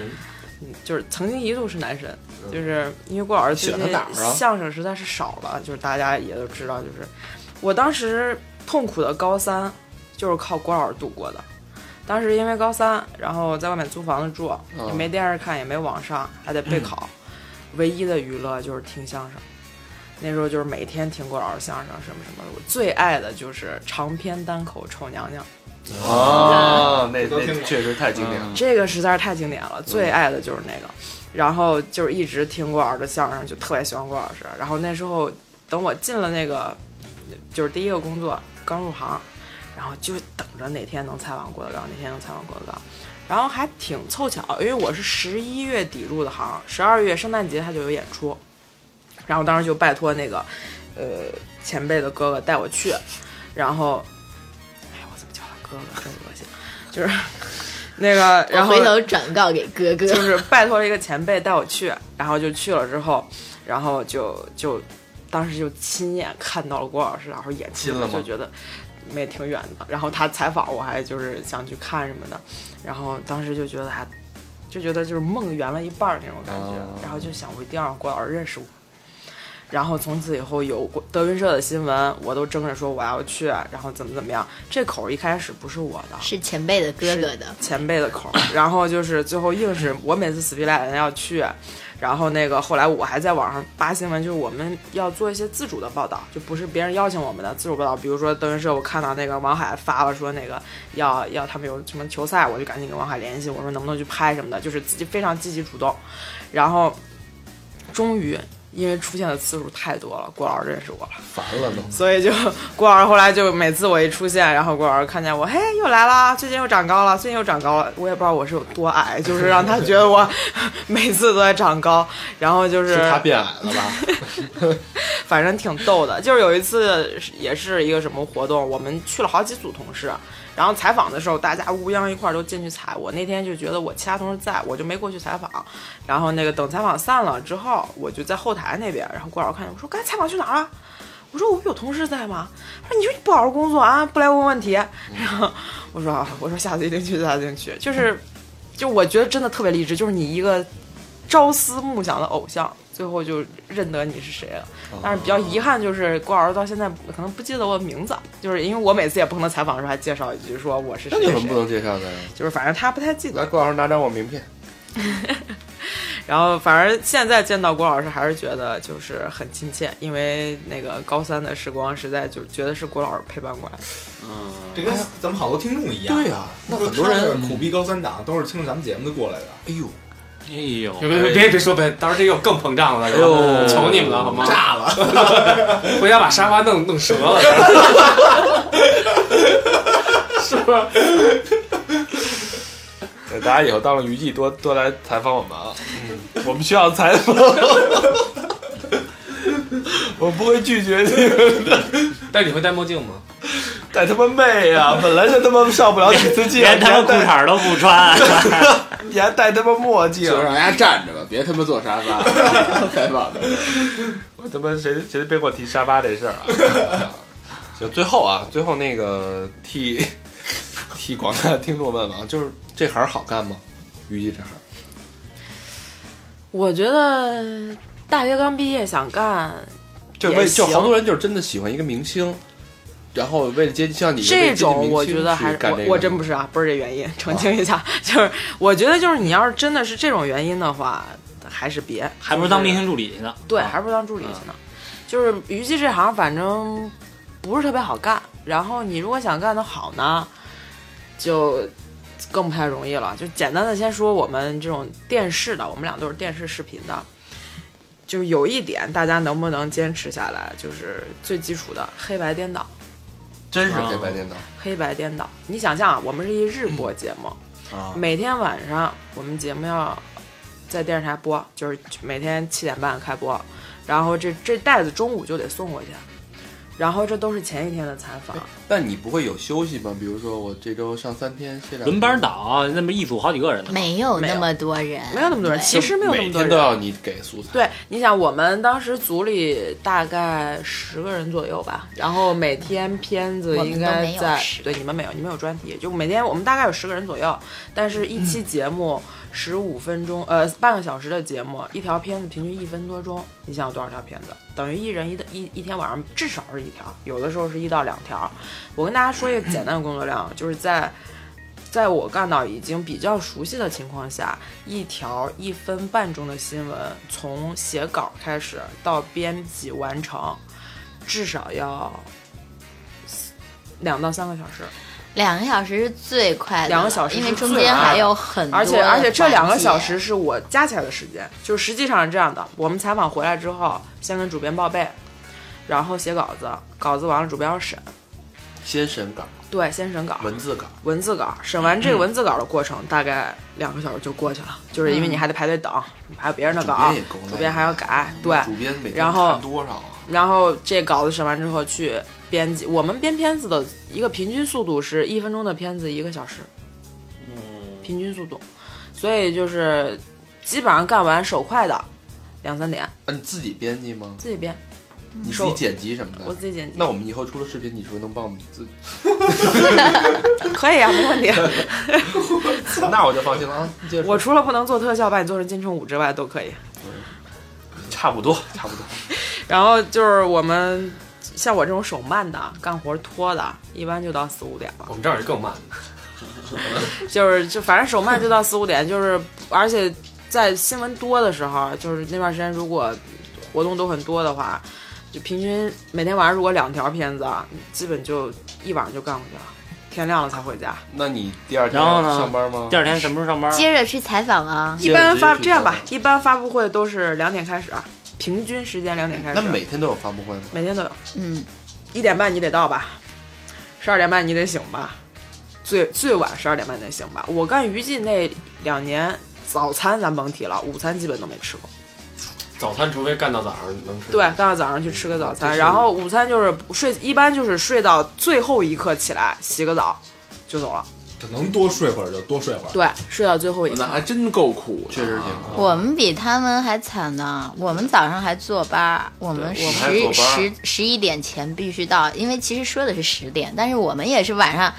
嗯，就是曾经一度是男神，就是因为郭老师最
嗯选
近
他哪儿啊
相声实在是少了，就是大家也都知道，就是我当时痛苦的高三就是靠郭老师度过的。当时因为高三，然后在外面租房子住，
嗯
也没电视看，也没网上，还得备考，唯一的娱乐就是听相声。那时候就是每天听郭老师相声什么什么的，我最爱的就是长篇单口《丑娘娘》。
嗯哦，那
都听
那
过
确实太经典了。
嗯
这个实在是太经典了，最
嗯
爱的就是那个，然后就是一直听郭老师的相声，就特别喜欢郭老师。然后那时候等我进了那个，就是第一个工作刚入行，然后就等着哪天能采访郭德纲，哪天能采访郭德纲。然后还挺凑巧，因为我是十一月底入的行，十二月圣诞节他就有演出，然后当时就拜托那个，呃，前辈的哥哥带我去，然后，哎，我怎么叫他哥哥，真恶心，就是那个，然
我
后
回头转告给哥哥
就。是拜托了一个前辈带我去， [laughs] 然后就去了之后，然后就就当时就亲眼看到了郭老师，然后演出
亲了，吗
就觉得没挺远的。然后他采访我还就是想去看什么的，然后当时就觉得还就觉得就是梦圆了一半儿那种感觉，
哦
然后就想我一定要让郭老师认识我。然后从此以后有过德云社的新闻，我都争着说我要去，然后怎么怎么样。这口儿一开始不是我的，
是前辈的哥哥的，
前辈的口儿，然后就是最后硬是我每次死皮赖脸要去，然后那个后来我还在网上扒新闻，就是我们要做一些自主的报道，就不是别人邀请我们的自主报道。比如说德云社，我看到那个王海发了说那个要要他们有什么球赛，我就赶紧跟王海联系，我说能不能去拍什么的，就是自己非常积极主动。然后终于因为出现的次数太多了，郭老师认识我了。
烦了都。
所以就郭老师后来就每次我一出现，然后郭老师看见我，嘿，又来啦，最近又长高了，最近又长高了，我也不知道我是有多矮，就是让他觉得我 [laughs] 每次都在长高，然后就是
是
啊
他变矮了吧？
[laughs]
反正挺逗的。就是有一次是也是一个什么活动，我们去了好几组同事，然后采访的时候大家乌泱一块儿都进去采。我那天就觉得我其他同事在，我就没过去采访。然后那个等采访散了之后，我就在后台那边，然后郭老师看见我说：“刚才采访去哪儿了？”我说我有同事在吗？他说你说你不好好工作啊，不来问问题。然后我说啊，我说下次一定去，下次一定去。就是，就我觉得真的特别励志，就是你一个朝思暮想的偶像，最后就认得你是谁了。但是比较遗憾就是郭老师到现在可能不记得我的名字，就是因为我每次也不可能采访的时候还介绍一句说我是
那
谁
你
谁
怎么不
谁，
能介绍他呀？
就是反正他不太记得
来，。郭老师拿张我名片。
然后反正现在见到郭老师还是觉得就是很亲切，因为那个高三的时光实在就觉得是郭老师陪伴过来的。
这跟咱们好多听众一样，啊
对呀、那很多
他
人，
是苦逼高三党都是听着咱们节目的过来的。
哎呦，
哎呦，
[laughs] 别别别别说别，当时这又更膨胀了，
哎呦
求你们了好吗？炸了， [laughs] 回家把沙发弄弄折了，
[laughs]
是不是？
对大家以后到了娱记多多来采访我们啊，嗯， [laughs] 我们需要采访，我不会拒绝你们的，
但是你会戴墨镜吗？
带他妈妹呀、本来就他妈上不了几次镜，
连他妈
你
裤
还戴，
衩都不穿，
你还戴他妈墨镜
就，是让人家站着吧，别他妈坐沙发，采访的。
我他妈谁谁别给我提沙发这事儿啊！ [laughs] 行，最后啊，最后那个替替广大听众问问啊，就是这行好干吗？娱记这行，
我觉得大学刚毕业想干
就
也
为就好
行
多人就是真的喜欢一个明星，然后为了接近像你为
这
了接近明
种，
星
我觉得还
去
是
干
我
这个
我真不
是
是啊，不是这原因，澄清一下， [laughs] 就是我觉得就是你要是真的是这种原因的话，还是别，
还不
就
如当明星助理去呢。
对，
啊
还不如当助理去
嗯
呢。就是娱记这行，反正不是特别好干。然后你如果想干得好呢，就更不太容易了。就简单的先说我们这种电视的，我们俩都是电视视频的。就是有一点，大家能不能坚持下来，就是最基础的黑白颠倒。
真是
啊
黑白颠倒
黑白颠倒。你想象啊，我们是一日播节目，
嗯啊！
每天晚上我们节目要在电视台播，就是每天七点半开播，然后这这袋子中午就得送过去，然后这都是前一天的采访，
那你不会有休息吗？比如说我这周上三天，歇两天
轮班，倒，那么一组好几个人呢。
没有那么多人，
没有那么多人，
对
其实没有那
每
么多
天都要
人。
你给素材。
对，你想我们当时组里大概十个人左右吧，然后每天片子
我们
应
都
该
没有
在
10
对你们没有，你们有专题，就每天我们大概有十个人左右，但是一期节目十五分钟，呃，半个小时的节目，一条片子平均一分多钟，你想有多少条片子？等于一人一的一一天晚上至少是一条，有的时候是一到两条。我跟大家说一个简单的工作量，就是在在我干到已经比较熟悉的情况下，一条一分半钟的新闻，从写稿开始到编辑完成，至少要两到三个小时。
两个小时是最快的了，
两个小时是
因为中
最
间
快的
还有很多
而
的环
且
节，
而且这两个小时是我加起来的时间，就实际上是这样的：我们采访回来之后，先跟主编报备，然后写稿子，稿子完了主编要审，
先审稿、
对，先审稿，
文字稿，
文字稿，审完
嗯
这个文字稿的过程、大概两个小时就过去了，就是因为你还得排队等，你还有别人的
嗯啊主
稿
编也够，累
主编还要改，对，
主编每天
然后
看多少啊？
然后这稿子审完之后去编辑，我们编片子的一个平均速度是一分钟的片子一个小时，平均速度，所以就是基本上干完手快的两三点
啊，你自己编辑吗？
自己编，
你自己剪辑什
嗯
么
我
的？
自己剪辑
那嗯我们以后出了视频，你说能帮我们自己？
可以啊，没问题。
[laughs] 那我就放心了啊。你接着说
我除了不能做特效，把你做成金城武之外都可以。
差不多，差不多。
然后就是我们像我这种手慢的，干活拖的，一般就到四五点了。
我们这儿就更慢，
就是就反正手慢就到四五点，就是而且在新闻多的时候，就是那段时间如果活动都很多的话，就平均每天晚上如果两条片子，啊，基本就一晚上就干过去了，天亮了才回家。
那你第二天
然后呢
上班吗
第？二天什么时候上班？
接着去采访啊，
接
一
着
般发
直接去
这样吧
上班，
一般发布会都是两点开始，啊平均时间两点开始。
那每天都有发布会吗？
每天都有，
嗯，
一点半你得到吧，十二点半你得醒吧，最最晚十二点半得醒吧。我干娱记那两年，早餐咱甭提了，午餐基本都没吃过。
早餐除非干到早上能吃。
对，干到早上去吃个早餐，然后午餐就是睡，一般就是睡到最后一刻起来洗个澡就走了。
能多睡会儿就多睡会儿。
对，睡到最后一
那
刻。
还真够苦的啊，
确实挺酷。
我们比他们还惨呢，我们早上还坐班儿，我们
对我们还坐
十
班儿
十十一点前必须到，因为其实说的是十点，但是我们也是晚上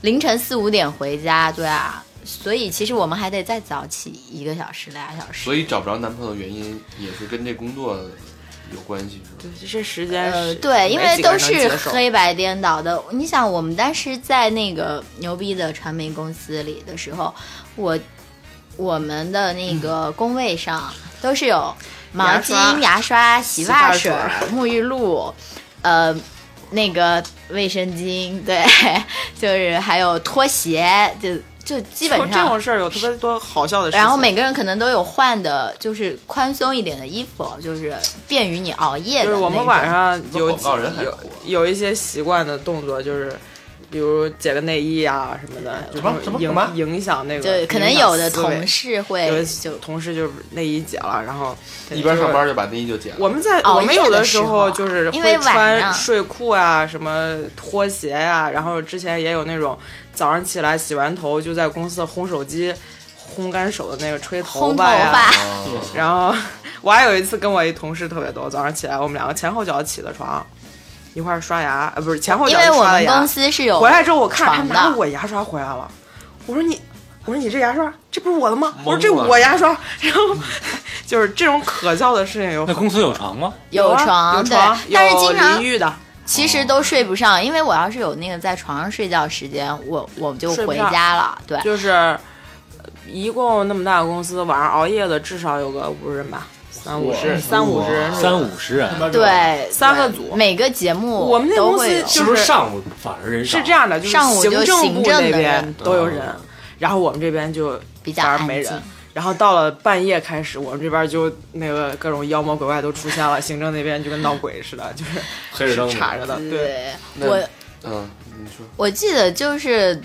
凌晨四五点回家，对啊，所以其实我们还得再早起一个小时俩小时。
所以找不着男朋友的原因也是跟这工作有关系，是吧？
对，这时间
呃，
是
对，因
没
为
几个
都
人能
是
接受
黑白颠倒的。你想，我们当时在那个牛逼的传媒公司里的时候，我我们的那个工位上都是有毛
嗯牙
巾、
刷
牙刷、洗发水
洗发、
沐浴露，呃，那个卫生巾，对， [laughs] 就是还有拖鞋，就就基本
这
上
种事儿有特别多好笑的事情。
然后每个人可能都有换的，就是宽松一点的衣服，就是便于你熬夜的。
就是我们晚，上有
广告人还
有
苦啊
有一些习惯的动作，就是比如解个内衣啊什么的，
什么
就是
什么
影
什么
影响那个，
对，可能
影响
有的
思维
同事
有
会
的
就
同事就是内衣解了，然后
一边上班就把内衣就剪了。
我们在
熬
我们
夜
有
的
的
时候啊
就是
因为
会
晚
穿
上
睡裤啊，什么拖鞋呀、然后之前也有那种早上起来洗完头就在公司烘手机烘干手的那个吹头
烘头
发呀、
发，
哦
然后我还有一次跟我一同事特别逗，早上起来我们两个前后脚起的床，一块儿刷牙，呃，不是前后脚
因为我
刷的
们
牙
公。司是有
回来之后我看他
床
拿
的，
我牙刷回来了，我说你，我说你这牙刷这不是我的吗？我说
懵
这
了
我牙刷，然后就是这种可笑的事情有很
那公司有床吗？
有啊
床，
有
对
床，
但是
有
经常
淋浴的，
其实都睡不上，因为我要是有那个在床上睡觉时间，我我就
睡不
回
上
家了，对。
就是呃一共那么大个公司，晚上熬夜的至少有个五十人吧，三五十，三五十人，
三五十人，
对，
三个
对
组
每个节目
我们那
都
公司
会有
就是
不是上午反而人少？
是这，样的，就是
上午就
政部
行
那
政的
边
人嗯
都有人，然后我们这边就
比较
反而
安
没
静
人。。然后到了半夜开始，我们这边就那个各种妖魔鬼怪都出现了，行政那边就跟闹鬼似
[laughs]
的，就是
黑着灯
是查着的。对，
对，
那
我
嗯，你说
我记得就是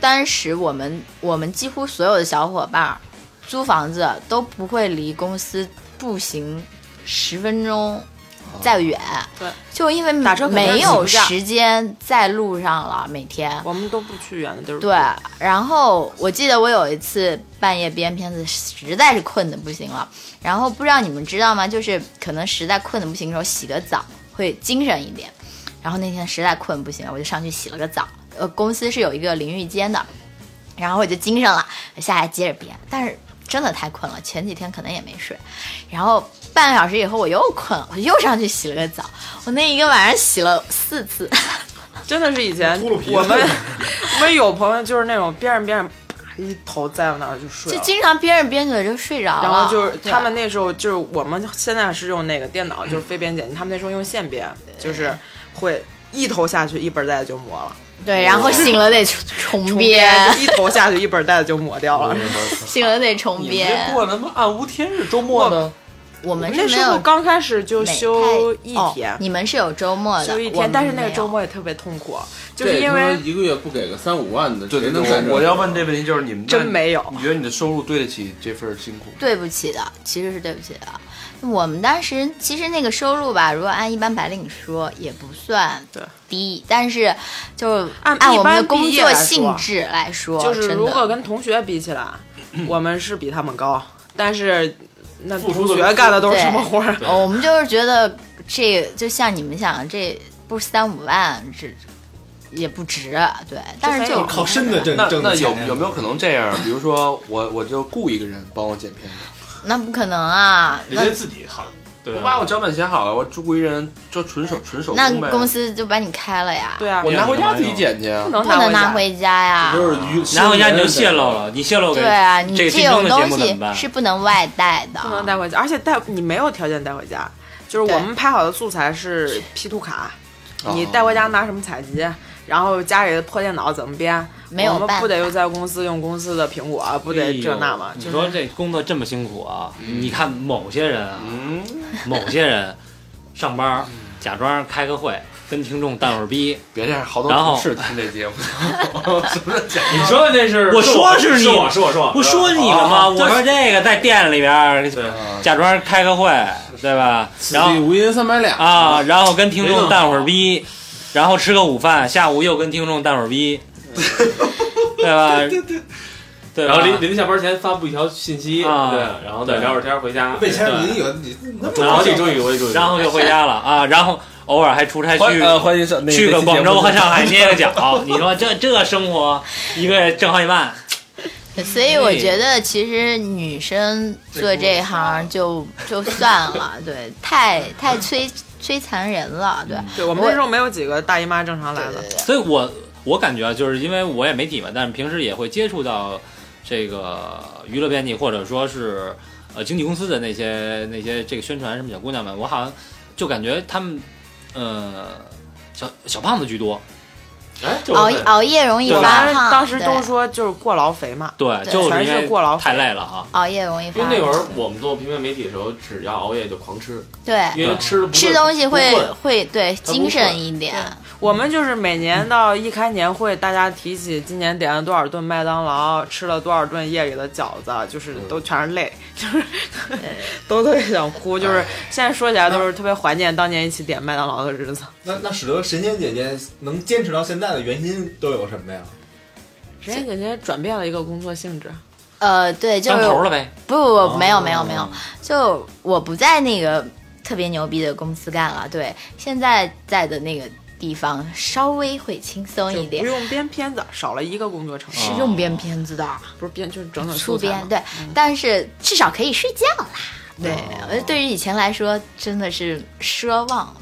当时我们我们几乎所有的小伙伴儿租房子都不会离公司步行十分钟再远，
对，
就因为
打车可能
没
是起
有
步价
时间在路上了，每天。
我们都不去远的地儿。
对，然后我记得我有一次半夜编片子，实在是困的不行了。然后不知道你们知道吗？就是可能实在困的不行的时候，洗个澡会精神一点。然后那天实在困不行了，我就上去洗了个澡。呃，公司是有一个淋浴间的，然后我就精神了，下来接着编。但是真的太困了，前几天可能也没睡。然后半个小时以后我又困了，我又上去洗了个澡。我那一个晚上洗了四次。
真的是以前我们我们有朋友就是那种边上边上啪一头栽到那儿就睡
就
了。
经常编着编着就睡着了，
啊然后就是
对
他们那时候就是我们现在是用那个电脑，就是非编剪辑，他们那时候用线编，就是会一头下去一本带子就磨了，
对，然后醒了得重重
重
编，
就一头下去一本带子就磨掉了。
醒了得重
你们
编
这。过得他妈暗无天日，周末呢？
我们是
那
没
时候
有
刚开始就
每
休
太
一
哦
天，
你们是有周末的，
休一
我
天
们，
但是那个
没有
周末也特别痛苦，就
这
是因
他
为
妈一个月不给个三五万的，
对对
谁能
对，
干这
我我
个
要问这问题就是你们
真没有
那你觉得你的收入对得起这份辛苦？
对不起的，其实是对不起的。我们当时其实那个收入吧，如果按一般白领说也不算
对
低，但是就是
按
我们
一
的
般
工
毕业
作
来说
性质来说，
就是
真
如
的
果跟同学比起来，我们是比他们高，但是那
付出
同学
的
嗯干的都是什么活儿？
对
哦我们就是觉得这就像你们想的，这不是三五万这也不值，对，但是
三
就
五
靠身子挣
那
挣
那
的
有
钱
有没有可能这样？比如说我我就雇一个人帮我剪片子，
那不可能啊，
人
那
家自己好，对啊
我
吧？
把我脚本写好了，我雇一人就纯手纯手
那
工呗。
公司就把你开了呀，
对啊，
我拿回家自己剪去啊
不。
不
能
能拿
拿回家。
回家呀，
就是娱
拿回家你就泄露。了，你泄露给
对啊，你
这个竞争
种
的
东
节目怎么
西
办？
是不能外带的，
不能带回家，而且带你没有条件带回家。就是我
啊对
们拍好的素材是 P 图卡，
哦
你带回家拿什么采集，然后家里的破电脑怎么编？
没有
我们
办
不得
法
又在公司用公司的苹果，不
哎
得
呦
这那嘛？
你
就是
说这工作这么辛苦啊？你看某些人啊，
嗯，
[laughs] 某些人上班儿假装开个会，跟听众淡会儿逼。
别这样，好多
然后
同事听这节目，
你说那是
我说是你
是我是我是我
不说你了吗？
啊
我说这个在店里边儿
对
假装开个会，对吧？
此
然
地
后
无银三百两
啊，！然后跟听
没
众
弄
淡会儿逼，然后吃个午饭，下午又跟听众淡会儿逼，对吧？对对对
然
吧，
后临临下班前发布一条信息，
啊
对，然后再
对
聊会儿天儿回家。
魏先生，
对
你有你那
我
么
我得注意，我得注意。
然后就回家了啊，然后偶尔还出差
欢
去
呃欢迎上那
去
那
个
期
广州
节目
和上海捏个脚，你说这这生活一个月挣好几万，
所以我觉得，其实女生做这行就就算了，对，太太摧摧残人了，对。
对我们
我
那时候没有几个大姨妈正常来
对
的，
对
所以我我感觉啊，就是因为我也媒体嘛，但是平时也会接触到这个娱乐编辑或者说是呃经纪公司的那些那些这个宣传什么小姑娘们，我好像就感觉他们呃小小胖子居多，
哎，这
对
我
熬
问
熬夜容易
对
发
当时
胖，
当时都
对
说就是过劳肥嘛，
对，
对
就是
全
因为
是过劳
太
肥
累了啊。
熬夜容易发
因为那
胖，
会儿我们做平面媒体的时候，只要熬夜就狂吃，
对
因为吃得不
吃
会
东西
不会
会会对
不
精神一点，
我们就是每年到一开年会，大家提起今年点了多少顿麦当劳，吃了多少顿夜里的饺子，就是都全是泪， [laughs] 就是都特别想哭。就是现在说起来都是特别怀念当年一起点麦当劳的日子。
那那使得神仙姐姐能坚持到现在的原因都有什么呀？
神仙姐姐转变了一个工作性质，
呃，对，就
当
是
头了呗，
不不不，没有没有没有，就我不在那个特别牛逼的公司干了，对，现在在的那个地方稍微会轻松
就
一点
不，用编片子，少了一个工作程序，
是用编片子的，
不是编就是整整素
粗
材
编
嘛
对，但是至少可以睡觉啦。对，呃对于以前来说真的是奢望。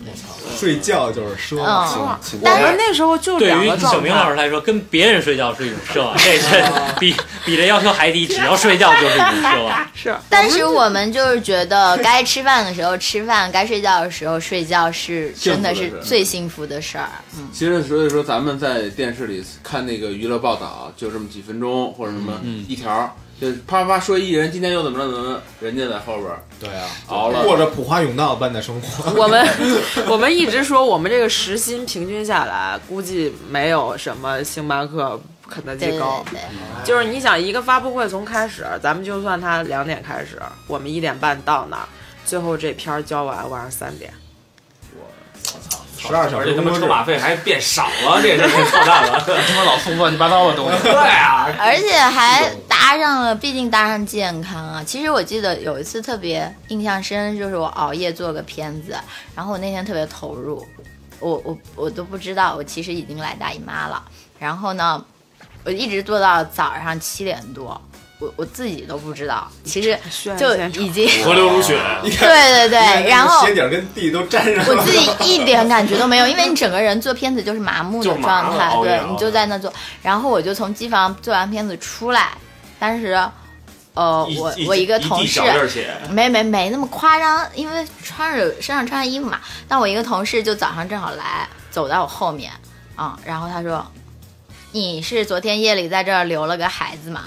睡觉就是奢望。
嗯，
请
我
但是
们那时候就
对
两
于
个
小
状
明老
态，哦
师来说，跟别人睡觉是一种奢望，这是比比这要求还低，只要睡觉就是一种奢望。
是
但是我们就是觉得该吃饭的时候吃饭，该睡觉的时候睡觉是真的
幸福
是
的事儿
最幸福的事儿。嗯，
其实所以说，咱们在电视里看那个娱乐报道，就这么几分钟或者什么一条，就是啪啪说一人今天又怎么着怎么着，人家在后边
对啊，
熬了
过着普华永道般的生活。
我们 [laughs] 我们一直说，我们这个时薪平均下来，估计没有什么星巴克、肯德
对
基
对
高。
对，
就是你想，一个发布会从开始，咱们就算它两点开始，我们一点半到那儿，最后这片儿交完，晚上三点。
十二小
而
时
且他
工
们
作
车
制，
马费还变少了，这也是太操蛋
[laughs]
了。
他妈老送乱七八糟的东西，
[laughs] 对啊，
而且还搭上了，毕竟搭上健康啊。其实我记得有一次特别印象深，就是我熬夜做个片子，然后我那天特别投入，我我我都不知道我其实已经来大姨妈了。然后呢，我一直做到早上七点多，我我自己都不知道，其实
炫
就
现场
已经
河流如雪，
[laughs] 对对对，然后
鞋底儿跟地都沾
[laughs]
上
我
了。
自己一点感觉都没有，因为你整个人做片子就是麻木的
就是麻了
状
哦
态，
熬夜
对
熬
你
夜
就在那做。然后我就从机房做完片子出来，当时，呃，
一
我
一
我一个
地
同事
小粒儿血，
没没没那么夸张，因为穿着身上穿着衣服嘛。但我一个同事就早上正好来，走到我后面，啊、然后他
哦
[laughs] 说：“你是昨天夜里在这儿留了个孩子吗？”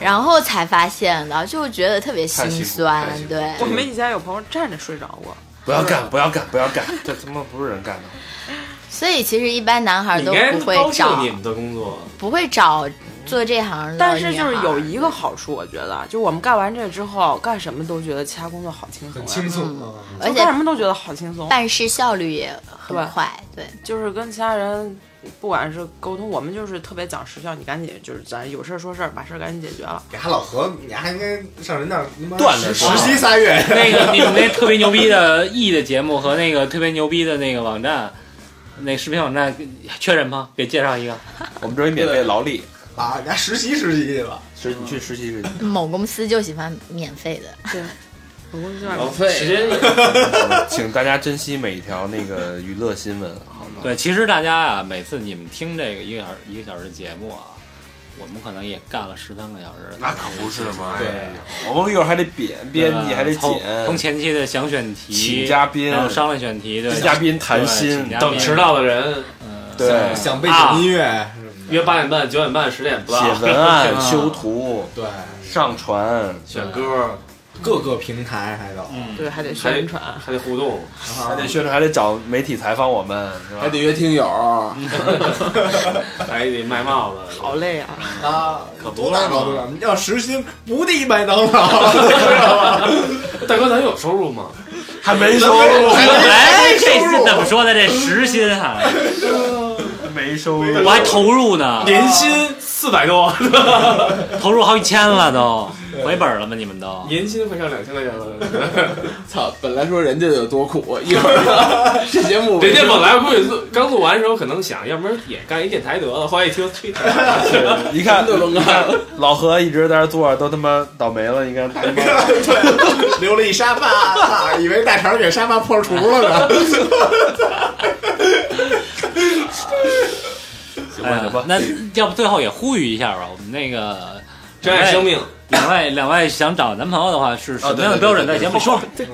然后才发现的，就觉得特别心酸
太辛。苦
对
太辛苦
我们以前有朋友站着睡着过，
不要干，不要干，不要干，这他妈不是人干的。
所以其实一般男孩
你
都
应该
不
高
会
兴
找
你，们的工作，
不会找做这行的女孩。
但是就是有一个好处，我觉得，就我们干完这之后，干什么都觉得其他工作好轻松呀，
很轻松
嗯
啊。
而
就
且
干什么都觉得好轻松，
办事效率也很
对
快，对，
就是跟其他人。不管是沟通，我们就是特别讲时效，你赶紧就是咱有事儿说事儿，把事儿赶紧解决了。
你还老何，你还应该上人那儿他妈
锻炼
实
锻
实
炼
习仨月。
那个你们那特别牛逼的 E 的节目和那个特别牛逼的那个网站，那视频网站缺人吗？给介绍一个。
我们这有免费劳力，
啊，你还实习实习去吧。
实你去实习实习。
某公司就喜欢免费的。
对，我公司这
老
儿
时
费，
间
请大家珍惜每一条那个娱乐新闻，啊好吗？
对，其实大家啊，每次你们听这个一个小时一个小时的节目啊，我们可能也干了十三个小时。
那可不是嘛！
对
哎呀， [laughs] 我们一会儿还得编编辑，还得
从从
剪，
前期的想选题，
请嘉宾，
然后商量选题，对，
嘉宾谈
对
心
请，嘉宾
等迟到的人
对，写
想背景音乐什么的
约八点半、九点半、十点不到，
文案、修图、
对，
上传，
选歌
各个平台还啊都
对，还得
还
宣传。
还得互动，
还得宣传，还得找媒体采访我们，是吧
还得约听友，
嗯
还得卖帽子，
好累啊！
[laughs]
啊，
可不
多大
是嘛
高度啊！要实心不地麦当劳，知道吗？
大哥，咱有收入吗？
还
[laughs]
没收入，
哎，这是怎么说的？这时薪啊，
没收入
我还投入
啊
呢，
年薪四百多，
投入好几千了都，回本了吗？你们都？
[laughs] 年薪快上两千块钱了。
操！本来说人家有多苦，一会儿 [laughs] 这节目
[laughs] 人家本来估计录刚录完的时候可能想，要不然也干一电台得了，后来一听吹牛，
你看
什么都能干
老何一直在这坐着，都他妈倒霉了，你
[laughs]
看他妈
对，留了一沙发，操，以为大肠给沙发破除
[laughs]
了呢。
行吧
哎呀
行吧，
那要不最后也呼吁一下吧，我们那个
珍爱生命。
两位两位想找男朋友的话是什么样的标准？在节目里说
嗯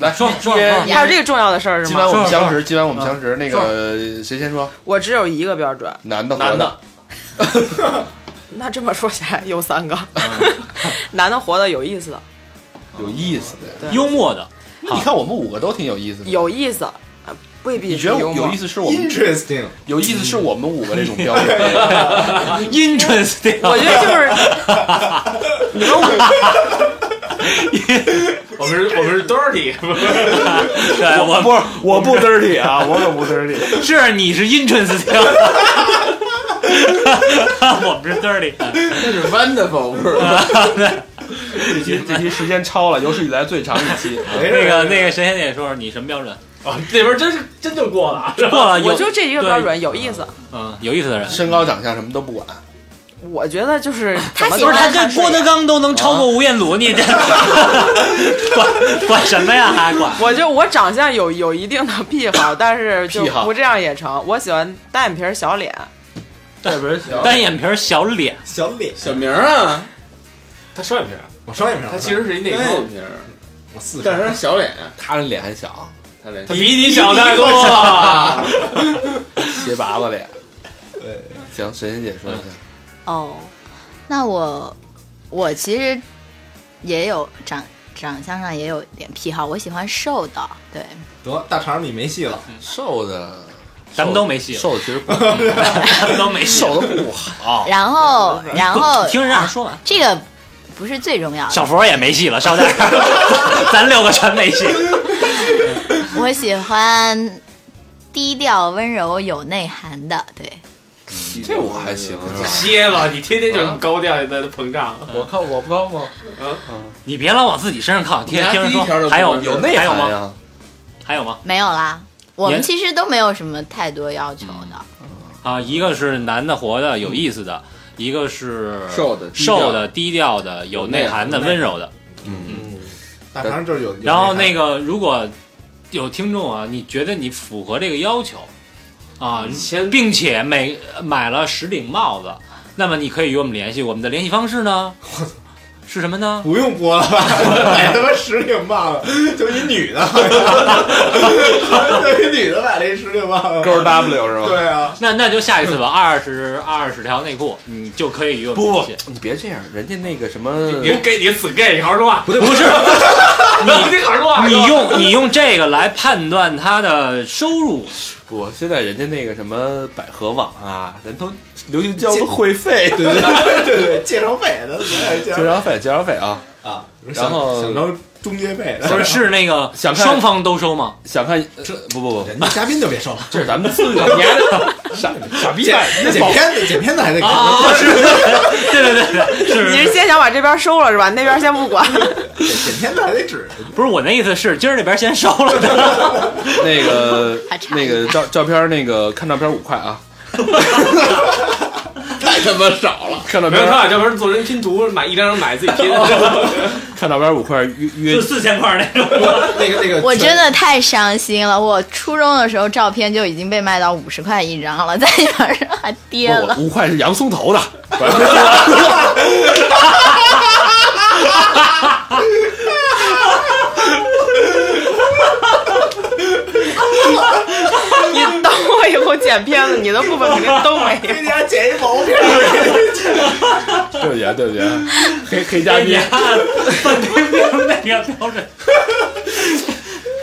来
说说
今天
说
还有这个重要的事儿是
今
吗
晚？我们
说说
相识，今晚我们相识，那个谁先说？
我只有一个标准，
男的，
男的，
那这么说起来有三个，
嗯
[laughs] 男的活的有意思的，
有意思的。
幽默的，
你看我们五个都挺有意思的。
有意思，啊未必
你
是
觉得
幽默
有意。思是我们
Interesting，
有意思是我们五个这种标准？
interesting，
[laughs] 我觉得就是
[laughs]
我们是，我们是 dirty， [laughs]
对，我
不是，我不 dirty 啊，我可不 dirty。
是你是 interesting，我们是 dirty，
[laughs] 那是 wonderful，不是吗？
这期这期时间超了，有史以来最长一期。
没
那
事
个那个谁先得说说你什么标准？
哦那边真是真就过了啊。
过了有
我就这一个标
对
准，有意思。
嗯有意思的人，
[laughs] 身高长相什么都不管，
我觉得就是
他
怎么
喜
不是
都
他
能
欢
这
看
郭德
顺眼
纲都能超过吴彦祖，你这管管什么呀？还管？
我就我长相有有一定的癖好，但是就
癖好
不这样也成。我喜欢单眼皮儿小脸，
这不是小
单眼皮儿小脸，
小脸，
小明儿啊，
他双眼皮儿，
我双眼皮儿，
他其实是一内
哎
小
裤，
明儿，
我四
但是他小脸，啊
他的脸还小，
他脸
比你小太多了。
[laughs]
斜拔子脸。
对，
行，神仙姐说一下。
哦，那我我其实也有长长相上也有点癖好，我喜欢瘦的，对，
得大肠你没戏了，
嗯瘦的，
咱们都没戏了
瘦的其实
[laughs]
不
咱们 [laughs] 都没
瘦
瘦。
的不好。
然后然后
哦听啊人家说完，
这个不是最重要的，
[laughs] 小佛也没戏了，稍待， [laughs] 咱六个全没戏。
我喜欢低调、温柔、有内涵的，对，
这我还行，
歇吧，你天天就这么高调，你在那膨胀。
我靠，我不高吗？
你别老往自己身上靠，听
你还
听人
第一条都
说
不
还有
问
有
内
内
还有
涵
吗？
呀。
还有吗？
没有啦。我们
也
其实都没有什么太多要求的，
啊，一个是男的活的有意思的，一个是
瘦的低调
瘦的低调的有内涵的
有内涵的
温柔的。
嗯，
大肠就是有。有
然后那
个
个如果有听众啊，你觉得你符合这个要求啊，
先
并且每买了十顶帽子，那么你可以与我们联系。我们的联系方式呢是什么呢？
不用播了吧？买他妈十挺棒了，就一女的，就一女的买了一十挺棒了。
勾 W 是吧？
对啊，
那那就下一次吧，二十二十条内裤，你就可以用。
不不，你别这样，人家那个什么，
你给你死 gay，你好好说话。
嗯不对，不是，
[laughs] 你好好说话。
你用你用这个来判断他的收入，
不，现在人家那个什么百合网啊，人都流行交个会费，
对对对对，介绍费的，介
介绍费，介绍费啊。
啊，
然后
想着中介费的，
不是是那个
想看
双方都收吗？
想看这不不不，
人家嘉宾就别收了，
这是咱们自个儿你还得傻傻逼
剪
蛋，那
剪
保
片子剪片子还得给，
是，对对对对，是
[laughs] 你是先想把这边收了是吧？那边先不管。
剪片子还得指。
不是我那意思是今儿那边先收了，
[laughs] 那个
还差
那个照照片儿那个看照片儿五块 [laughs] 啊，
太他妈少了。
看照
没
片
有，他
儿
俩照片做人拼图，买一张张买自己拼。
[laughs]
看照片儿五块约约
四千块那个。
那个那个，
我真的太伤心了。我初中的时候照片就已经被卖到五十块一张了，在你网上还跌
不
了。
五块是洋葱头的，
[laughs] 你等我以后剪片子，你的部分肯定都没有。
[laughs]
给你家剪一毛片，
对不起啊对不起啊， [laughs] 黑黑嘉
你
宾
[laughs] 按范冰冰那个标准，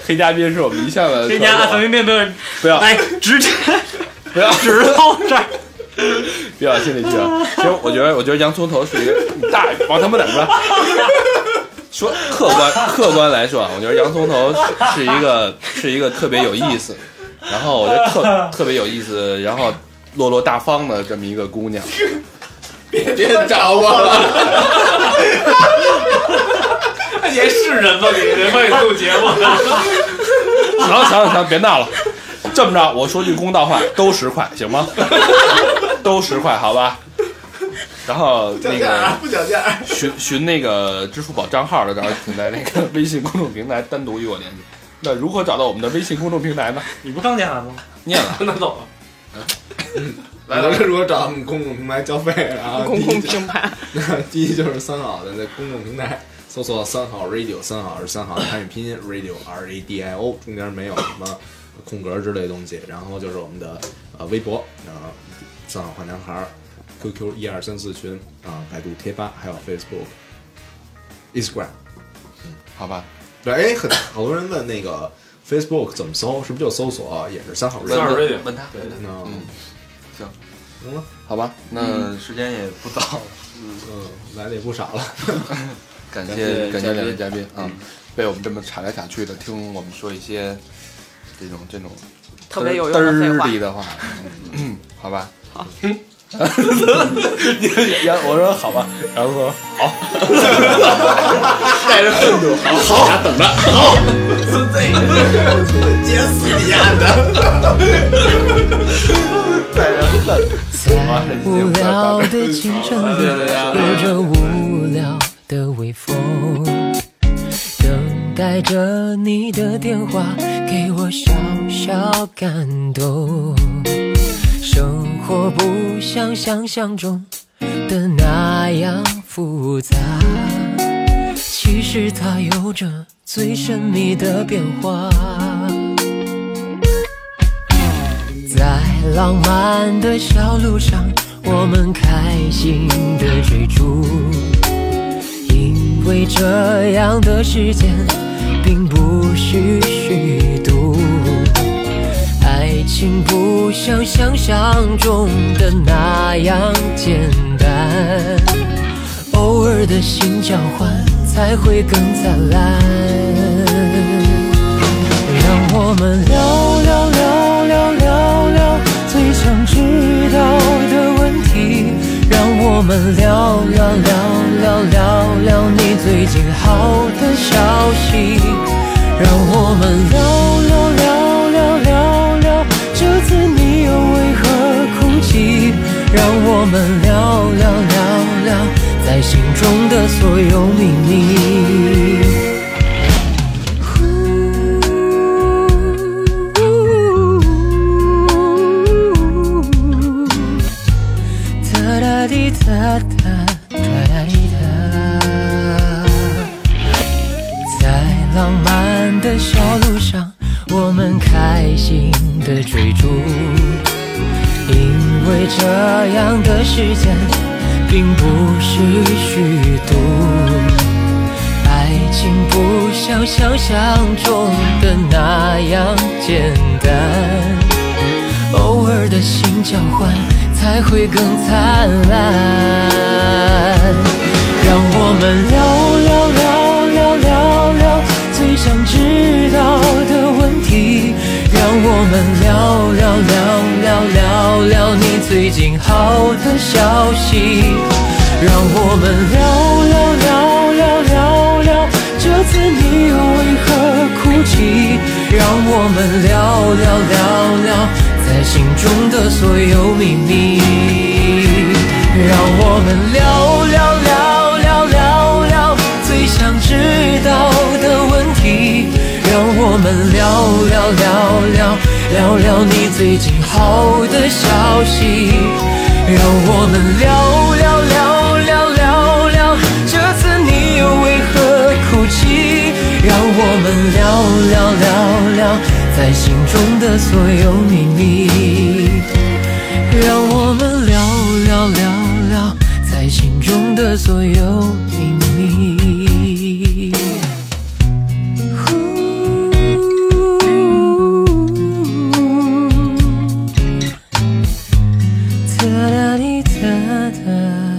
黑嘉宾是我们一向的
人家按范
传统啊
冰冰标准，
不要
来直接
不要
直到这儿。
不要心里去了。其实我觉得我觉得洋葱头是一个你大爷往他们哪儿说？说客观客观来说啊，我觉得洋葱头是是一个是一个特别有意思，然后我觉得特特别有意思，然后落落大方的这么一个姑娘。
别找我了，
你还是人吗？你人会录节目？
行了行了行了，别闹了。这么着，我说句公道话，都十块行
[laughs]
吗？都十块，好吧。然后那
讲价
个
啊，不讲价啊。
寻寻那个支付宝账号的，到时候请在那个微信公众平台单独与我联系。那如何找到我们的微信公众平台呢？
你不刚进来吗？
念了，
那走了。
来了，如果找我们公众平台交费，然后
[laughs] 公
第一
共
就
平
[laughs]
台，
第一就是三好的在公众平台搜索三好 radio，三好是三好的汉语拼音 radio r a d i o，中间没有什么空格之类的东西。然后就是我们的呃微博，然后三好坏男孩儿，QQ 一二三四群啊、百度贴吧，还有 Facebook、Instagram。
好吧。
对，哎，很好多人问那个 Facebook 怎么搜，是不是就搜索也是三好 radio？
三好 radio
问他，
对
嗯，
行，
行了，
好吧。那时间也不早了，
嗯，来的也不少了。
感
感谢
谢感谢两位
嘉
嘉宾啊，被我们这么岔来岔去的，听我们说一些这种这种
特别有用的废
嘚
话
儿。里的话，嗯好吧。你然后我说好吧，然后说好，带着愤怒，好，好，等着，好，
无聊的清晨
啊
里，有着无聊的微风，等待着你的电话，给我小小感动。生活不像想象中的那样复杂，其实它有着最神秘的变化。在浪漫的小路上，我们开心的追逐，因为这样的时间并不是虚度。爱情不像想象中的那样简单，偶尔的心交换才会更灿烂。让我们聊聊聊聊聊聊最想知道的问题，让我们聊聊聊聊聊聊你最近好的消息，让我们聊聊聊聊聊聊这次你又为何哭泣，让我们聊聊聊聊在心中的所有秘密。哒哒滴哒哒哒哒滴哒。时间并不是虚度。爱情不像想象中的那样简单。偶尔的心交换才会更灿烂。让我们聊聊聊聊聊聊最想知道的问题，让我们聊聊聊聊聊聊你最近好的消息，让我们聊聊聊聊。聊聊聊这次你为何哭泣？让我们聊聊聊聊在心中的所有秘密。让我们聊聊聊聊聊聊最想知道的问题。让我们聊聊聊聊聊聊你最近好的消息。让我们聊聊聊。聊聊聊，这次你又为何哭泣？让我们聊聊聊聊，在心中的所有秘密。让我们聊聊聊聊，在心中的所有秘密。呼哒哒滴哒哒。